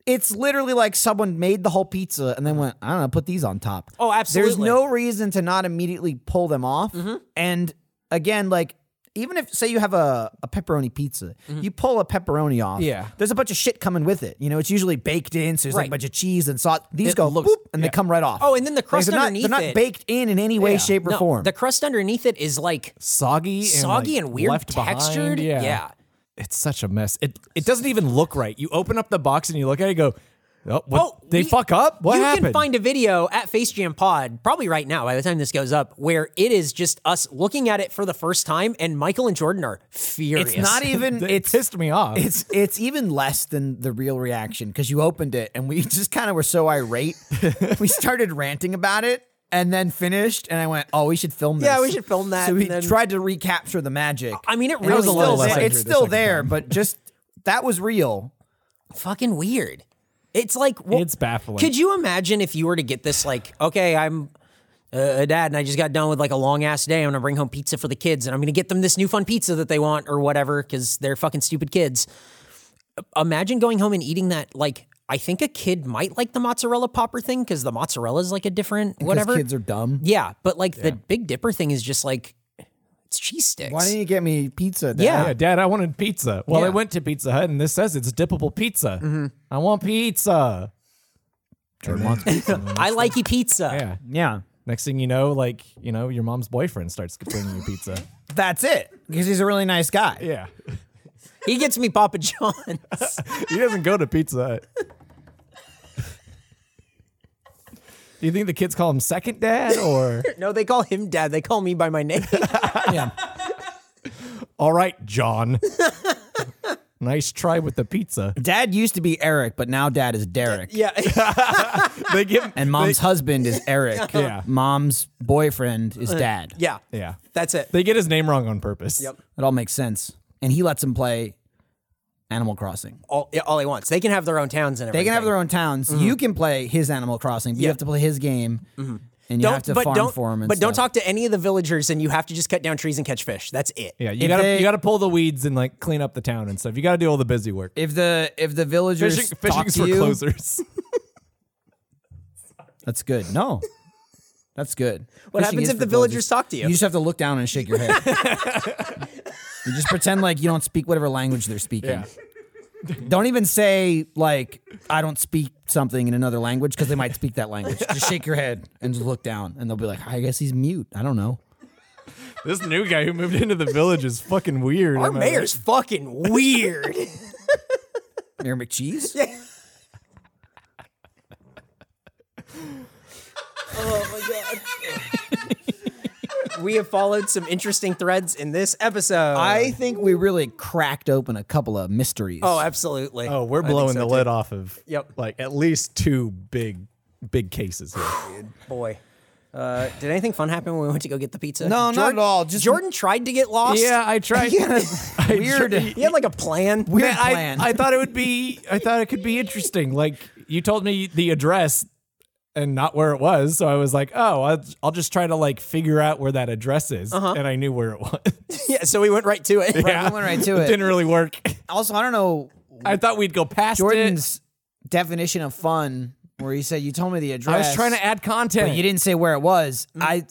it's literally like someone made the whole pizza and then went, I don't know, put these on top.
Oh, absolutely.
There's no reason to not immediately pull them off. And again, like even if say you have a, a pepperoni pizza, you pull a pepperoni off.
Yeah.
There's a bunch of shit coming with it. You know, it's usually baked in, so there's like
Right.
a bunch of cheese and sauce. These go
looks-
boop, and they come right off.
Oh, and then the
Like,
crust
they're not,
underneath
They're not
it-
baked in in any way, shape, or
No,
form.
the crust underneath it is like
soggy, and
soggy
like,
and weird
left behind.
textured.
Yeah.
yeah.
it's such a mess. It it doesn't even look right. You open up the box and you look at it, and go, oh, what, they
we-
fuck up. What
you
happened?
can find a video at Face Jam Pod, probably right now by the time this goes up, where it is just us looking at it for the first time, and Michael and Jordan are furious.
it's not even.
It
it's
pissed me off.
It's it's even less than the real reaction because you opened it and we just kind of were so irate. we started ranting about it and then finished, and I went, "Oh, we should film this.
Yeah, we should film that
So we
and then-
tried to recapture the magic.
I mean, it
And
really
was
was
a
little
little
less
there.
angry
It's
the
still
second
there, but just that was real.
fucking weird. It's like wha-
It's baffling.
Could you imagine if you were to get this like, okay, I'm uh, a dad and I just got done with like a long ass day. I'm gonna bring home pizza for the kids and I'm gonna get them this new fun pizza that they want or whatever because they're fucking stupid kids. Imagine going home and eating that like. I think a kid might like the mozzarella popper thing because the mozzarella is like a different whatever.
kids are dumb.
yeah, but like the Big Dipper thing is just like it's cheese sticks.
Why didn't you get me pizza? Dad?
Yeah.
yeah, Dad, I wanted pizza. Well, I
Yeah. Mm-hmm.
went to Pizza Hut, and this says it's dippable pizza. I want pizza.
I like eat pizza.
Yeah.
yeah.
Next thing you know, like you know, your mom's boyfriend starts bringing you pizza.
That's it because he's a really nice guy.
yeah,
He gets me Papa John's.
he doesn't go to Pizza Hut. Do you think the kids call him second dad or
No, they call him dad. They call me by my name.
all right, John? nice try with the pizza.
Dad used to be Eric, but now Dad is Derek.
yeah.
They give
And mom's husband is Eric.
Yeah.
Mom's boyfriend is dad.
Uh, yeah.
yeah.
That's it.
They get his name wrong on purpose.
Yep.
It all makes sense. And he lets them play Animal Crossing.
All, yeah, all he wants. They can have their own towns and
They
everything.
can have their own towns. You can play his Animal Crossing. But You
Mm-hmm. Yeah.
have
Mm-hmm.
to play his game. And you
Don't,
have to
but
farm
don't,
for him. And
but don't
stuff.
talk to any of the villagers, and you have to just cut down trees and catch fish. That's it.
Yeah, you
If
gotta
they-
you gotta pull the weeds and like clean up the town and stuff. You gotta do all the busy work.
If the if the villagers
Fishing,
talk
fishing's
to
for
you,
closers.
that's good. No, that's good.
What
Fishing
happens
is
if
for
the villagers talk to you?
You just have to look down and shake your head. you just pretend like you don't speak whatever language they're speaking.
Yeah.
Don't even say like I don't speak something in another language because they might speak that language. just shake your head and just look down, and they'll be like, "I guess he's mute. I don't know."
this new guy who moved into the village is fucking weird.
Our
am I
mayor's fucking weird.
Mayor McCheese.
we have followed some interesting threads in this episode.
I think we really cracked open a couple of mysteries.
oh, absolutely.
Oh, we're blowing the lid off of
Yep.
like at least two big big cases here.
boy. Uh, did anything fun happen when we went to go get the pizza?
No, not
Jordan-
at all. Just-
Jordan tried to get lost.
I tried.
weird-
He had like a plan.
Weird
I,
plan.
I thought it would be I thought it could be interesting. Like you told me the address and not where it was, so I was like, "Oh, I'll, I'll just try to like figure out where that address is." And I knew where it was.
Yeah, so we went right to it.
we went right to it.
Didn't really work.
also, I don't know
I thought we'd go past it.
Jordan's definition of fun, where he said, "You told me the address."
I was trying to add content.
but you didn't say where it was.
Mm.
I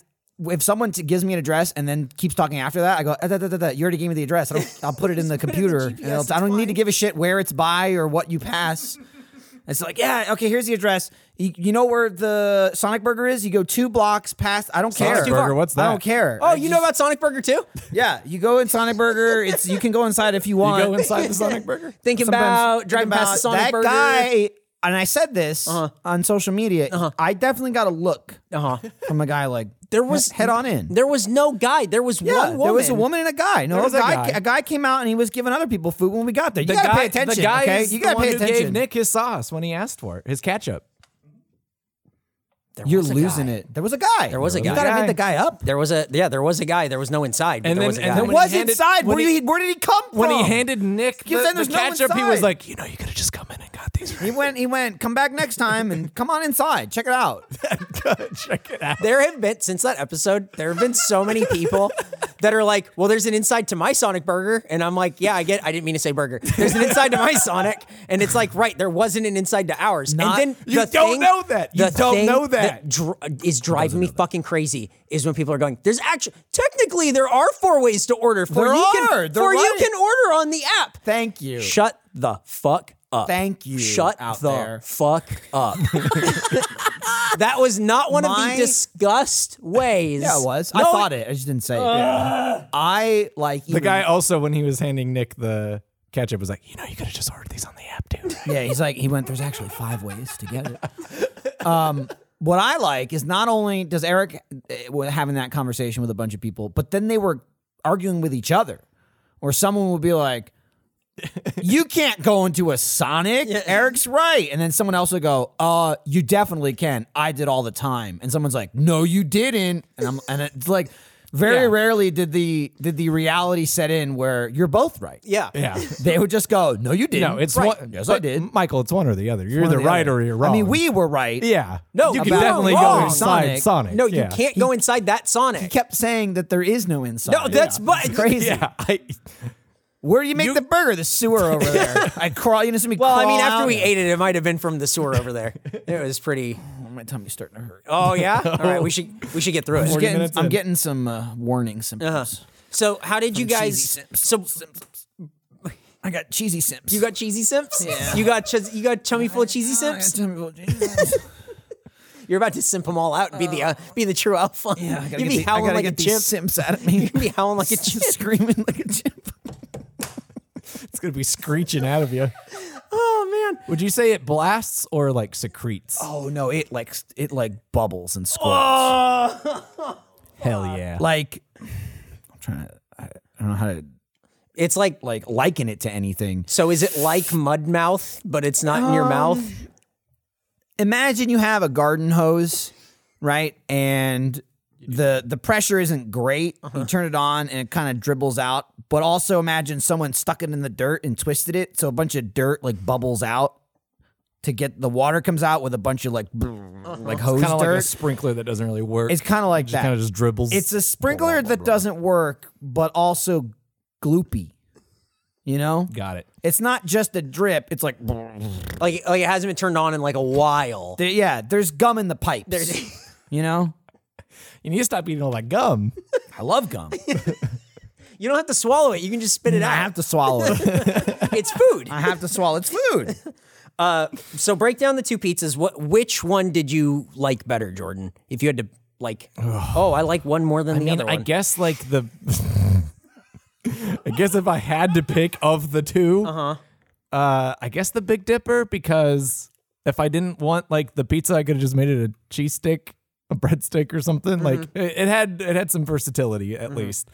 if someone t- gives me an address and then keeps talking after that, I go, "Ah, da, da, da, da, "You already gave me the address. I don't, I'll put it in the computer. and it'll- I don't need to give a shit where it's by or what you pass." It's like, yeah, okay, here's the address. You, you know where the Sonic Burger is? You go two blocks past. I don't
Sonic
care.
Burger, what's
I
that?
don't care.
Oh, you know about Sonic Burger too?
yeah, you go in Sonic Burger. It's you can go inside if you
You
want.
go inside the Sonic Burger.
Thinking
Sometimes
about
think
driving past the
about
Sonic
that
Burger.
guy. And I said this on social media. I definitely got a look
Uh-huh.
from a guy like
There was
head on in.
There was no guy. There was
Yeah,
one woman.
there was a woman and a guy. No, a
was a
guy,
guy.
a guy came out and he was giving other people food when we got there. You
the
gotta
guy,
pay attention.
The guy
okay,
is
you
the
gotta
one
pay
who
attention.
gave Nick his sauce when he asked for it, his ketchup.
There
You're
was a
losing
guy.
it. There was a guy. There
was a
you
guy.
You gotta hit the guy up.
There was a yeah. There was a guy. There was no inside. But
And
there
then-
was a
and
guy.
then
It
when
was
he handed-
inside. Where,
when
do you,
he-
where did he come from?
When he handed Nick
Oh.
the,
Because then
the
there's no
ketchup, he was
inside.
like, "You know, you could have just come in and got these."
he went. He went. Come back next time and come on inside. Check it out.
Check it out.
there have been since that episode. There have been so many people. that are like, well, there's an inside to my Sonic burger. And I'm like, yeah, I get I didn't mean to say burger. There's an inside to my Sonic. And it's like, right, there wasn't an inside to ours.
Not-
and then
You
the
don't
thing-
know that. You
the
don't
thing
know that.
dr- is driving me fucking crazy is when people are going, there's actually, technically, there are four ways to order. For
There
you
are.
Can,
They're
for you
right.
can order on the app.
Thank you.
Shut the fuck up.
Thank you
Shut
out
the
there.
fuck up. that was not one
My-
of the discussed ways.
Yeah, it was. I
No, uh,
thought it. I just didn't say it. I like
The guy also, when he was handing Nick the ketchup, was like, you know, you could have just ordered these on the app, dude.
Yeah, he's like he went. There's actually five ways to get it. Um, what I like is not only does Eric eh, wa- having that conversation with a bunch of people, but then they were arguing with each other, or someone would be like, "You can't go into a Sonic." Eric's right, and then someone else would go, "Uh, you definitely can. I did all the time." And someone's like, "No, you didn't." And I'm and it's like. Very rarely did the did the reality set in where you're both right.
Yeah.
Yeah.
They would just go, "No, you didn't."
No, it's
right.
one.
Yes,
but
I did.
Michael, it's one or the other. You're either
One the
right
other.
or you're wrong.
I mean, we were right.
Yeah. No, you can
about-
definitely go
wrong.
inside Sonic.
Sonic.
No, you
Yeah.
can't go inside that
He
Sonic.
kept saying that there is no inside.
No, that's
Yeah.
but
It's crazy.
Yeah. I,
Where do you make the burger? The sewer over there. I crawl. You know, somebody.
Well, I
crawl
mean, after
out
we
of-
ate it, it might have been from the sewer over there. It was pretty.
Oh, my tummy's starting to hurt.
Oh yeah. All right, we should we should get through
I'm
it.
getting,
minutes
I'm
in.
getting some uh, warning symptoms.
So, how did you Uh-huh. guys?
cheesy
So
I got cheesy simps.
you got cheesy simps.
Yeah.
You got chus- you got chummy full of cheesy
Oh, I got
simps.
tummy full of cheesy simps.
You're about to simp them all out and be the uh, be the true alpha.
Yeah, I gotta get
You'd be
the- I
howling
gotta
like a
get these
chimp.
simps out of me.
You'd be howling like a chimp.
screaming like a chimp.
it's going to be screeching out of you.
Oh man.
Would you say it blasts or like secretes?
Oh no! It like it like bubbles and squirts.
Hell yeah.
uh, Like I'm trying to. I don't know how to
It's like
like liken it to anything.
so. Is it like mud mouth, but it's not in your mouth?
imagine you have a garden hose, right? And the the pressure isn't great. You turn it on and it kind of dribbles out. But also imagine someone stuck it in the dirt and twisted it, so a bunch of dirt like bubbles out to get the water comes out with a bunch of like Uh-huh. like hose
kind of like
dirt.
a sprinkler that doesn't really work.
it's kind of like that.
kind of just dribbles.
it's a sprinkler that doesn't work, but also gloopy. You know,
Got it.
it's not just a drip. It's like
Like like it hasn't been turned on in like a while.
there- yeah, there's gum in the pipes.
There's-
you know,
You need to stop eating all that gum.
I love gum.
You don't have to swallow it. You can just spit it
I
out.
have to swallow it.
It's food.
I have to swallow. It's food.
So break down the two pizzas. What which one did you like better, Jordan? If you had to like, oh, I like one more than the
mean,
other one.
I guess like the. I guess if I had to pick of the 2 uh-huh. I guess the Big Dipper because if I didn't want like the pizza, I could have just made it a cheese stick, a breadstick, or something. Like
Mm-hmm.
it, it had it had some versatility at least.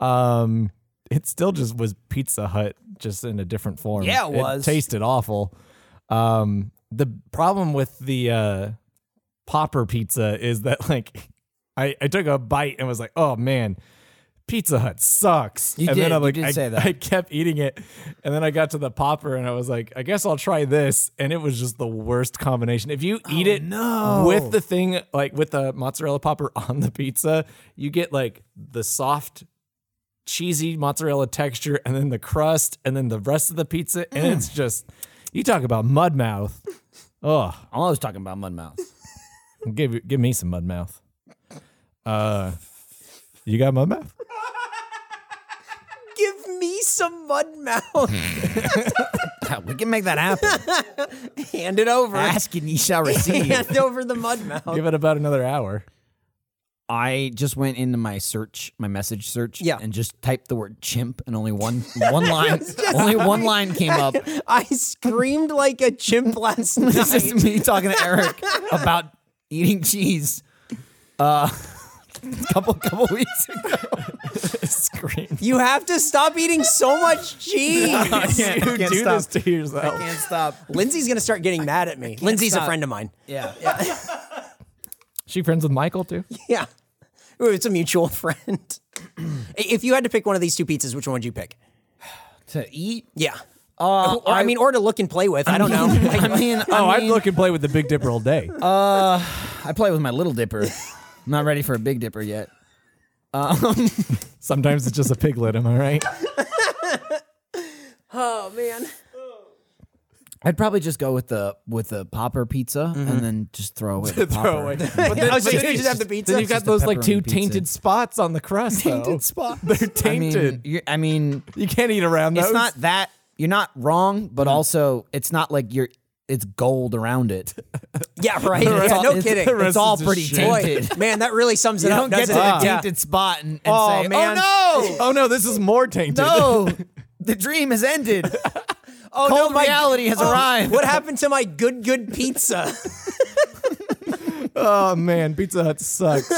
Um, it still just was Pizza Hut just in a different form.
Yeah, it was.
tasted awful. Um, the problem with the uh, popper pizza is that like I, I took a bite and was like, oh man, Pizza Hut sucks.
You
and
did-
then I'm
you
like,
did
I,
say that.
I kept eating it. And then I got to the popper and I was like, I guess I'll try this. And it was just the worst combination. If you eat it
Oh, no.
with the thing, like with the mozzarella popper on the pizza, you get like the soft cheesy mozzarella texture and then the crust and then the rest of the pizza. And
Mm.
it's just, you talk about mud mouth. Ugh.
I'm always talking about mud mouth.
Give give me some mud mouth. Uh, you got mud mouth?
give me some mud mouth.
Hmm. Yeah, we can make that happen.
Hand it over.
Ask and ye shall receive.
Hand over the mud mouth.
Give it about another hour.
I just went into my search, my message search,
Yeah.
and just typed the word chimp, and only one one line, only one line came up.
I screamed like a chimp last night.
This is me talking to Eric about eating cheese. Uh, a couple couple weeks ago.
Scream.
You have to stop eating so much cheese.
can't- I
you
can't
do
stop.
this to yourself.
Can't stop.
Lindsay's gonna start getting mad at me. Lindsay's a
stop.
friend of mine.
Yeah.
She friends with Michael too.
Yeah, Ooh, it's a mutual friend. if you had to pick one of these two pizzas, which one would you pick?
To eat.
Yeah. Uh, or, I,
Oh, I-
mean, or to look and play with. I don't know.
I mean, I
Oh, I'd
mean,
look and play with the Big Dipper all day.
I play with my little dipper. I'm not ready for a big dipper yet. Um,
Sometimes it's just a piglet, am I right?
Oh man.
I'd probably just go with the with the popper pizza and then just throw away the popper.
Throw away. But then,
Oh, so you
but
just have the pizza?
Then you've got
Just the
those like two
pepperoni pizza.
tainted spots on the crust. though.
Tainted spots.
They're
I mean,
tainted.
you're- I mean,
you can't eat around those.
it's not that you're not wrong, but also it's not like you're. It's gold around it.
Yeah, right.
It's
Yeah,
all-
no
it's-
kidding.
the rest
It's all
is just
pretty
shit.
tainted.
Boy, man, that really sums it
You
up.
don't get to
doesn't
the
it? Yeah.
tainted spot and, and
Oh,
say,
man.
"Oh
Oh no, this is more tainted.
no, no, the dream has ended.
Oh,
Cold reality has arrived.
What happened to my good, good pizza?
Oh man, Pizza Hut sucks.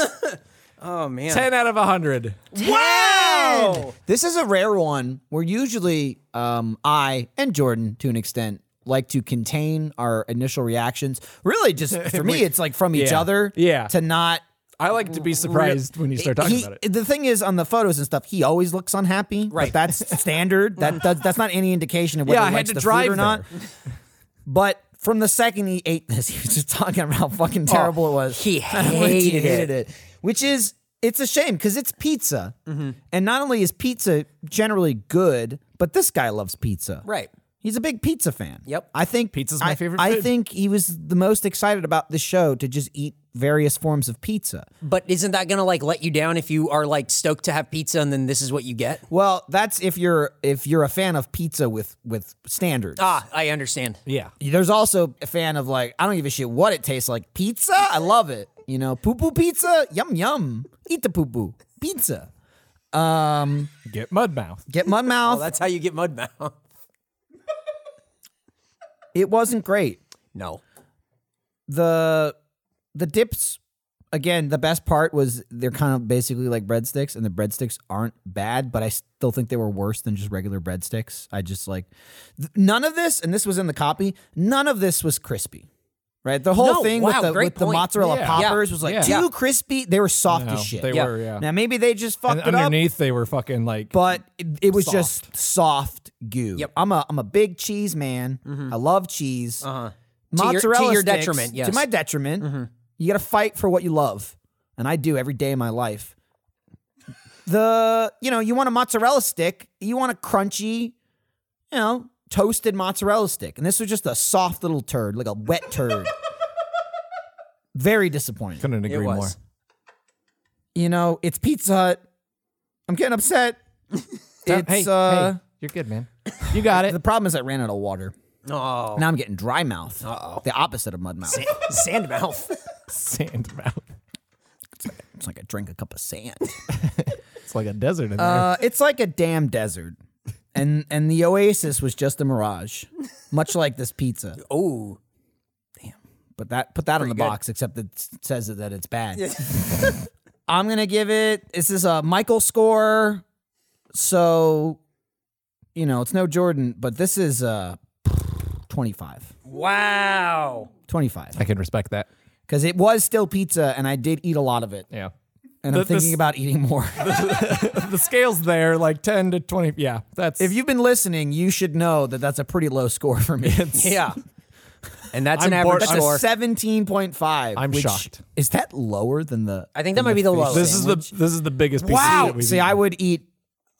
oh man.
Ten out of hundred.
Wow! This is a rare one where usually um, I and Jordan, to an extent, like to contain our initial reactions. Really, just for me, it's like from each
Yeah.
other.
Yeah.
To not.
I like to be surprised when you start talking
He-
about it.
The thing is, on the photos and stuff, he always looks unhappy. Right. But that's standard. that does, that's not any indication of whether
Yeah, I
he
had
likes
to
the
drive
food or not. But from the second he ate this, he was just talking about how fucking
Oh,
terrible it was.
he
And how much
hated it.
which is it's a shame because it's pizza,
Mm-hmm.
and not only is pizza generally good, but this guy loves pizza.
Right.
He's a big pizza fan.
Yep.
I think
Pizza's my
I-
favorite
I
food.
think he was the most excited about the show to just eat various forms of pizza.
But isn't that gonna like let you down if you are like stoked to have pizza and then this is what you get?
Well, that's if you're if you're a fan of pizza with with standards.
Ah, I understand.
Yeah.
There's also a fan of like I don't give a shit what it tastes like. Pizza, I love it. You know, poo poo pizza, yum yum. Eat the poo poo pizza.
Get mud mouth.
Get mud mouth.
Well, that's how you get mud mouth.
it wasn't great.
No.
The the dips again, the best part was they're kind of basically like breadsticks and the breadsticks aren't bad, but I still think they were worse than just regular breadsticks. I just like th- none of this and this was in the copy, none of this was crispy. Right? The whole
No,
thing
wow,
with the
great
with the
point.
mozzarella
Yeah.
poppers was like
Yeah.
too
Yeah.
crispy. They were soft
No,
as shit.
they Yeah. were, yeah.
Now maybe they just fucked
And
it up.
underneath they were fucking like
but it, it was
Soft.
just soft goo.
Yep.
I'm a I'm a big cheese man. I love cheese. Uh-huh.
your- to
Mozzarella
your
sticks,
detriment, yes. Mm-hmm.
To my detriment. You got to fight for what you love, and I do every day of my life. The you know you want a mozzarella stick. You want a crunchy, you know, toasted mozzarella stick, and this was just a soft little turd, like a wet turd. Very disappointing.
couldn't agree
was.
more.
You know, it's Pizza Hut. I'm getting upset. It's
hey,
uh.
hey, you're good, man. You got it.
The problem is I ran out of water.
Oh.
Now I'm getting dry mouth. The opposite of mud mouth.
Sand mouth.
Sand mouth.
It's like I drank a cup of sand.
It's like a desert in there.
uh, it's like a damn desert. And and the oasis was just a mirage, much like this pizza.
Oh.
But that put that on the box, except it s- says that it's bad. I'm gonna give it. This is a Michael score, so you know it's no Jordan, but this is uh 25,
Wow.
25,
I can respect that.
because it was still pizza, and I did eat a lot of it.
Yeah.
and I'm
The- the
thinking
s-
about eating more.
The scale's there, like ten to twenty. Yeah, that's
if you've been listening, you should know that that's a pretty low score for me.
Yeah. And that's an
I'm
average
bored-
that's
I'm-
score.
a 17.5.
I'm
which-
shocked.
Is that lower than the?
I think that might be the lowest.
this is the this is the biggest piece of shit
Wow.
we've
See,
eaten.
I would eat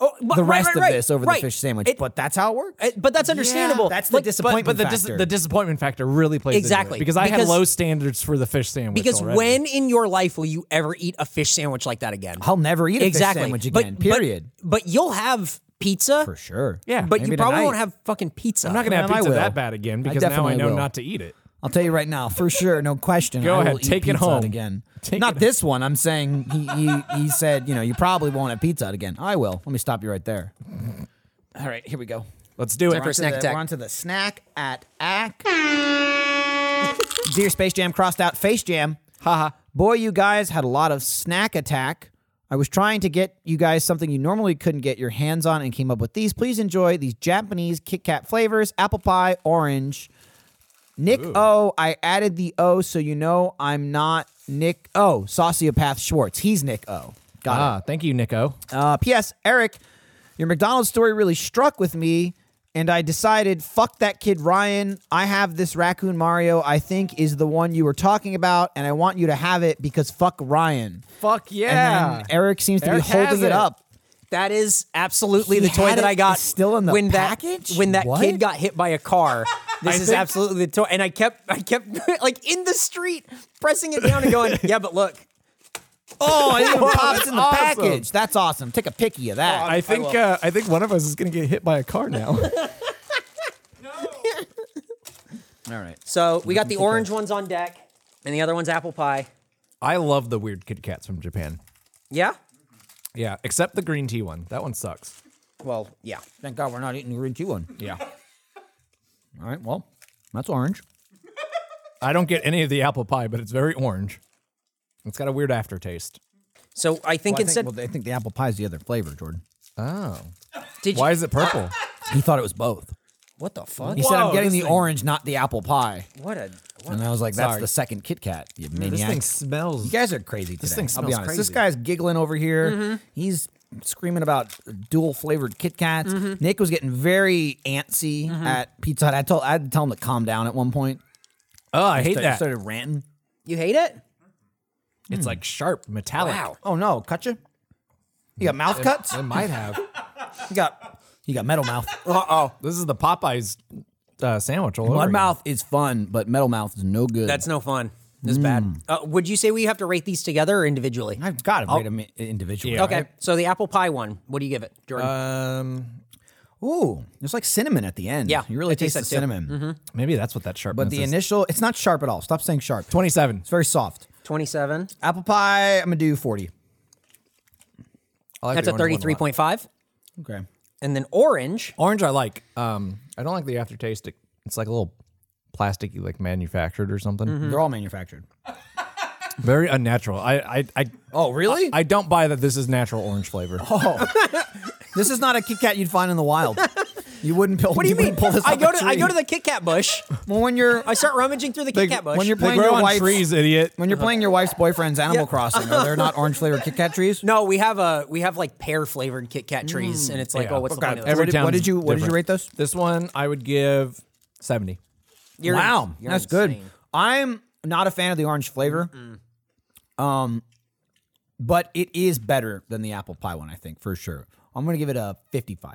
Oh, but-
the
right,
rest
right,
of
right,
this over
right.
the fish sandwich,
It-
but that's how it works.
it- but that's understandable.
that's the
Like,
disappointment
but the dis-
factor.
the disappointment factor really plays into it,
Exactly.
because I had
Because-
low standards for the fish sandwich.
Because
already.
when in your life will you ever eat a fish sandwich like that again?
I'll never eat a
exactly.
fish sandwich again. period.
But, but you'll have pizza,
for sure.
Yeah.
but you
maybe
probably
tonight.
won't have fucking pizza.
I'm not gonna have
Man, I
pizza
will.
that bad again because now I
definitely
know
will.
not to eat it.
I'll tell you right now, for sure, no question.
Go
I will
ahead,
eat
take it
Pizza Hut
home.
again.
Take
Not
it-
this one. I'm saying he, he he said, you know, you probably won't have Pizza Hut again. I will. Let me stop you right there. All right, here we go.
Let's do it.
Time for a
to
snack
the-
attack.
We're on to the snack at ack. Dear Space Jam crossed out Face Jam. Haha. Boy, you guys had a lot of snack attack. I was trying to get you guys something you normally couldn't get your hands on and came up with these. Please enjoy these Japanese Kit Kat flavors apple pie, orange. Nick O, I added the O so you know I'm not Nick O, sociopath Schwartz. He's Nick O. Got it.
Ah, thank you, Nico.
Uh, P.S. Eric, your McDonald's story really struck with me. and I decided, fuck that kid Ryan. I have this raccoon Mario, I think is the one you were talking about, and I want you to have it because fuck Ryan.
Fuck yeah.
And then Eric seems to
Eric
be
has
holding it
it.
up.
That is absolutely
He
the toy
had
that
it
I got.
still in the
when
package?
That, when that
What?
kid got hit by a car, this is
think-
absolutely the toy. And I kept, I kept like in the street pressing it down and going, "Yeah, but look,
Oh, it even pops in the
awesome.
package. That's awesome. Take a picky of that.
I think I, uh, I think one of us is gonna get hit by a car now.
All right.
So we got the orange ones on deck, and the other one's apple pie.
I love the weird Kit Kats from Japan.
Yeah.
Yeah, except the green tea one. That one sucks.
Well, yeah.
Thank God we're not eating the green tea one.
Yeah.
All right. Well, that's orange.
I don't get any of the apple pie, but it's very orange. It's got a weird aftertaste.
So I think
Well, I,
instead,
think, well, I think the apple pie is the other flavor, Jordan.
Oh.
did you,
Why is it purple?
He thought it was both.
what the fuck?
He said,
Whoa,
"I'm getting the
this thing-
orange, not the apple pie."
What a what
And I was like, "That's
Sorry.
the second Kit Kat, you
This thing
maniacs."
smells.
You guys are crazy today. This
thing
I'll be
smells
honest. This
crazy.
guy's giggling over here. He's screaming about dual flavored Kit Kats. Nick was getting very antsy at Pizza Hut. I told I had to tell him to calm down at one point.
oh, I hate
He
that.
started ranting.
you hate it?
It's like sharp, metallic.
Wow.
Oh no, cut you. You got mouth cuts.
It might have.
You got Uh, you got metal mouth.
Uh oh.
This is the Popeyes uh, sandwich all over
Mud
again.
mouth is fun, but metal mouth is no good.
That's no fun. This is bad. Uh, would you say we have to rate these together or individually?
I've Mm. got to rate them individually.
Yeah.
okay. So the apple pie one. What do you give it, Jordan?
Uh,
Um,
Ooh, there's like cinnamon at the end.
Yeah,
you really
I taste
taste the
that too.
cinnamon.
maybe that's what that sharp.
But the initial, it's not sharp at all. Stop saying sharp. It's
twenty-seven.
very soft.
Twenty-seven.
Apple pie, I'm gonna do forty.
I like
That's
the orange
a
one
thirty-three
lot.
point five.
Okay.
And then orange.
Orange, I like. Um, I don't like the aftertaste. It- It's like a little plasticky, like manufactured or something.
They're all manufactured.
Very unnatural. I, I, I,
Oh, really? Oh.
I don't buy that this is natural orange flavor.
this is not a Kit Kat you'd find in the wild. You wouldn't pull. What
do you mean?
Pull this
I
off
go
a
to I
tree.
go to the Kit Kat bush.
Well, when you're
I start rummaging through the Kit Kat bush.
when you're
They
playing
grow
your
on
wife's
trees, idiot.
when you're playing your wife's boyfriend's Animal Crossing, are there not orange flavored Kit Kat trees?
No, we have a we have like pear flavored Kit Kat trees,
Mm.
and it's like,
Yeah.
oh, what's the point of
Every- What did-
this?
what
town's
did you- what did you
different.
rate this?
This one I would give seventy.
You're-
wow,
you're
that's good.
insane.
I'm not a fan of the orange flavor. Um, but it is better than the apple pie one, I think, for sure. I'm gonna give it a 55.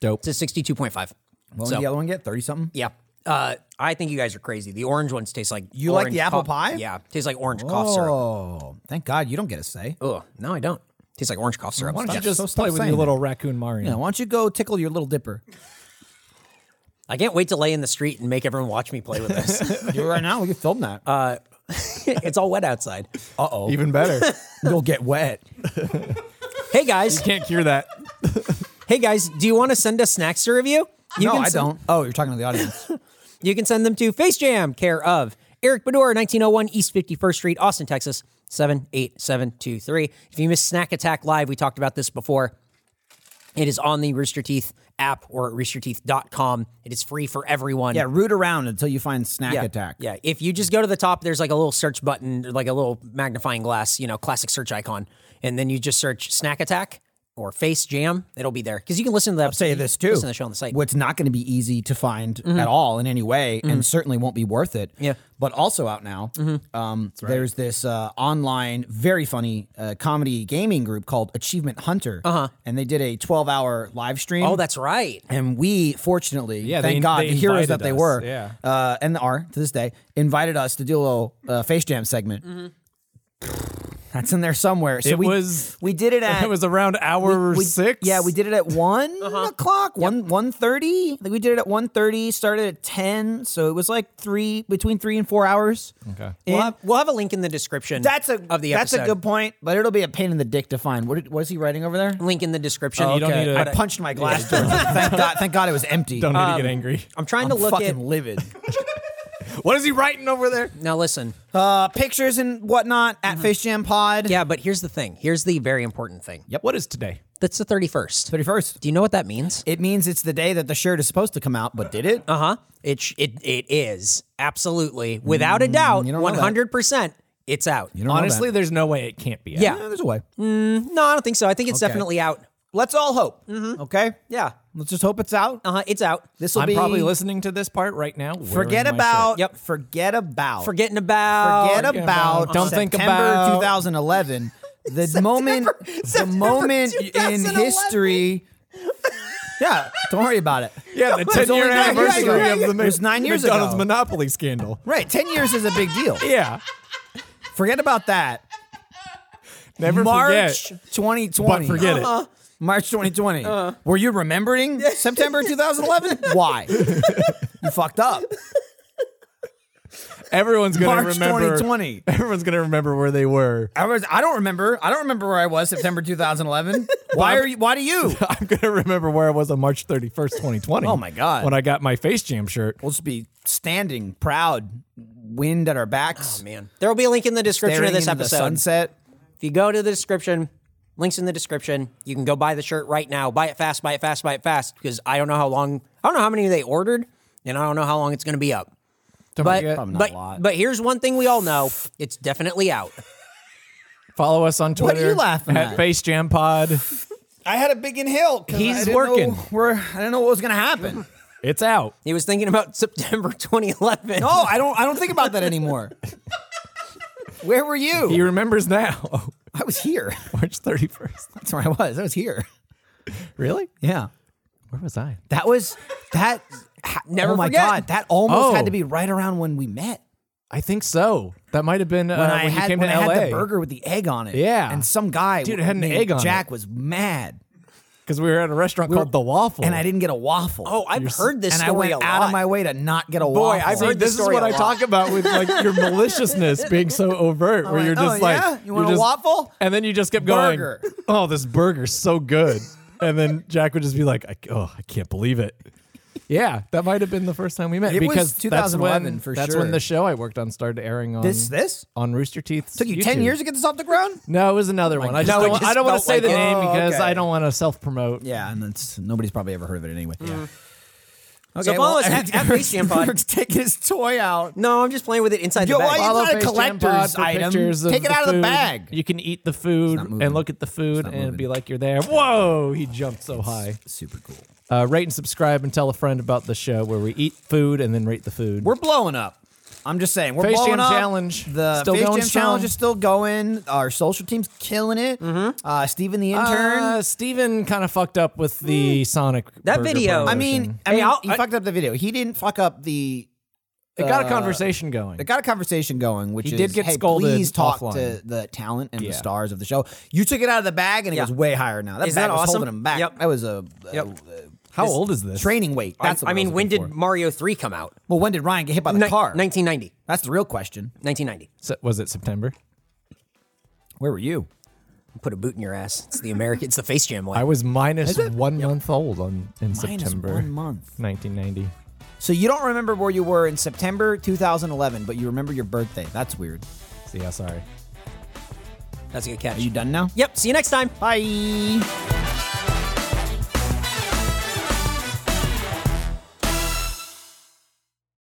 Dope.
It's a sixty-two point five.
What
So-
did the other one get? 30 something?
Yeah. Uh, I think you guys are crazy. The orange ones taste like
You like
orange
the apple
cough-
pie?
Yeah, tastes like orange cough syrup.
Oh, thank God you don't get a say.
Oh no, I don't. Tastes like orange cough syrup.
Why don't you
Stop-
just
so stop
play with
saying
your little raccoon Mario?
Yeah, why don't you go tickle your little dipper?
I can't wait to lay in the street and make everyone watch me play with this.
Do it right now. We can film that. Uh
it's all wet outside.
oh.
Even better.
You'll get wet.
Hey guys,
Can't cure that.
hey guys, do you want to send us snacks to review? You
no,
can
I
send-
don't. Oh, you're talking to the audience.
You can send them to Face Jam, care of Eric Bedore, 1901 East 51st Street, Austin, Texas, 78723. If you missed Snack Attack Live, we talked about this before. It is on the Rooster Teeth app or at roosterteeth.com. It is free for everyone.
yeah, root around until you find snack
yeah,
attack.
Yeah. If you just go to the top, there's like a little search button, like a little magnifying glass, you know, classic search icon. And then you just search Snack Attack or Face Jam. It'll be there. Because you can listen to that. I'll
say this too.
Listen to the show on the site.
What's not going to be easy to find at all in any way, and certainly won't be worth it.
Yeah.
But also out now, um, there's this uh, online, very funny uh, comedy gaming group called Achievement Hunter, uh-huh. and they did a 12 hour live stream.
Oh, that's right.
And we, fortunately,
Yeah,
thank
they-
God,
they
the heroes
invited
that they
us,
were,
yeah.
uh, and are to this day, invited us to do a little uh, face jam segment. That's in there somewhere. So
It
we,
was-
we did it at
It was around hour
we-
six.
Yeah, we did it at one o'clock, one one thirty. Like we did it at one thirty. Started at ten, so it was like three between three and four hours.
Okay.
And
We'll have, we'll have a link in the description.
that's a
of the
that's
episode.
a good point, but it'll be a pain in the dick to find. What did- what is he writing over there?
link in the description.
Oh, you don't
Okay,
need to-
I punched my glass. door. thank God! Thank God it was empty.
Don't need to get angry.
I'm trying
I'm
to look
fucking
at.
livid.
What is he writing over there?
now listen.
Uh, pictures and whatnot at
Mm-hmm.
Face Jam Pod.
Yeah, but here's the thing. Here's the very important thing.
Yep. What is today?
That's the 31st.
thirty first.
Do you know what that means?
It means it's the day that the shirt is supposed to come out, but did it?
Uh huh. It sh- it it is absolutely without a doubt,
Mm, you don't know
one
that.
hundred percent. It's out.
don't know that.
Honestly, there's no way it can't be. out.
yeah.
mm.
Yeah, Eh, there's a way.
No, I don't think so. I think it's
Okay.
definitely out.
Let's all hope.
Okay,
Yeah.
let's just hope it's out.
Uh-huh,
Uh huh. It's out.
This will
Mm-hmm. I'm
be
probably listening to this part right now. wearing
Forget
my shirt.
about.
Yep.
Forget about.
Forgetting about.
forget
Forget
about.
about- Don't think
September
about-
2011. The moment. the moment in
2011.
history. yeah, don't worry about it.
Yeah, the 10
only
year
nine years
anniversary
ago.
of the
It was nine years ago.
McDonald's monopoly scandal.
Right, ten years is a big deal.
Yeah.
Forget about that.
Never
March Uh-huh.
forget.
2020.
But forget it.
March 2020. Were you remembering September 2011? Why? you fucked up.
Everyone's gonna
March
remember.
2020.
Everyone's gonna remember where they were.
I was. I don't remember. I don't remember where I was September 2011. Why are you? Why do you?
I'm gonna remember where I was on March 31st, 2020.
Oh my God.
When I got my face jam shirt.
We'll just be standing proud, wind at our backs,
Oh,
oh,
man.
There will be a link in the description of this
into the
episode.
sunset.
If you go to the description, links in the description, you can go buy the shirt right now. Buy it fast, buy it fast, buy it fast, because I don't know how long, I don't know how many they ordered, and I don't know how long it's going to be up. But,
Probably not
but,
a lot.
but here's one thing we all know it's definitely out.
Follow us on
What
Twitter.
are you laughing at?
Face Jam Pod.
I had a big inhale. 'cause
He's
I didn't
working.
know Where Oh, I didn't know what was going to happen.
It's out.
He was thinking about September 2011.
No, I don't. I don't think about that anymore. Where were you?
He remembers now.
I was here.
March 31st.
That's where I was. I was here.
Really?
Yeah.
Where was I?
That was that. ha-
Never
oh my
forget.
god, that almost
Oh.
had to be right around when we met.
I think so. That might have been uh,
When
when,
I had
you came
when
to
I
LA.
had the burger with the egg on it.
Yeah.
and some guy
Dude, it had an
named
egg on
Jack was mad,
Because we were at a restaurant
were-
called The Waffle.
and I didn't get a waffle.
Oh, I've heard this
and I
story
went
a lot.
out of my way to not get a
Boy,
waffle.
I
heard
think
this
this is
story
what
a
I
lot.
talk about with like your maliciousness being so overt, where you're
went,
just
"Oh,
like,
yeah? You
you're
want a
just-
waffle?
And then you just kept going,
Burger.
"Oh, this burger's so good," and then Jack would just be like, I, "Oh, I can't believe it." Yeah, that might have been the first time we met
It was
because
2011
that's when,
for
that's
sure.
when the show I worked on started airing on
this this
on Rooster Teeth.
took you ten years Oh to get this off the ground.
No, it was another one. I just
No, it
don't,
just
I don't want
felt
to say
like
the
it.
name
Oh,
because
okay.
I don't want to self promote.
Yeah, and that's nobody's probably ever heard of it anyway. Yeah. Okay,
So follow us at-
Eric's-
at Face Jam Pod.
Eric's taking his toy out.
no, I'm just playing with it inside
Yo,
the bag.
why you-
Follow
not a
Face Jam Pod
collector's
for
item.
pictures of
Take it out of the
food.
bag.
You can eat the food
moving.
and look at the food and
moving.
be like you're there. Whoa, he jumped so high.
Super cool.
Uh, rate and subscribe and tell a friend about the show where we eat food and then rate the food.
We're blowing up. I'm just saying, we're
Face
blowing
Jam
up.
Challenge.
The
Still
Face
going
Jam
strong.
Challenge is still going. Our social team's killing it. Uh, Steven the intern.
Mm-hmm. Uh, Steven kind of fucked up with the Sonic.
That
burger
video.
I
promotion.
mean, I
Hey,
mean,
I'll-
he
I-
fucked up the video. He didn't fuck up the.
it uh, got a conversation going.
It got a conversation going, which
He
is,
did get
hey,
scolded
please talk
offline.
to the talent and the
Yeah.
stars of the show. You took it out of the bag, and it
Yeah.
goes way higher now. That
Is
bag
that
was
awesome?
holding him back.
Yep.
That was a, a-
Yep.
How old is this?
training weight.
I,
That's what
I mean,
was
when did
looking for.
Mario 3 come out?
well, when did Ryan get hit by the
Ni-
car?
1990.
That's the real question.
1990.
Se- was it September?
Where were you?
Put a boot in your ass. It's the American, it's the Face Jam
I
one.
was minus one month old on in September
one month.
1990.
So you don't remember where you were in September 2011, but you remember your birthday. That's weird.
See, yeah, sorry.
That's a good catch.
Are you done now?
Yep. See you next time.
Bye.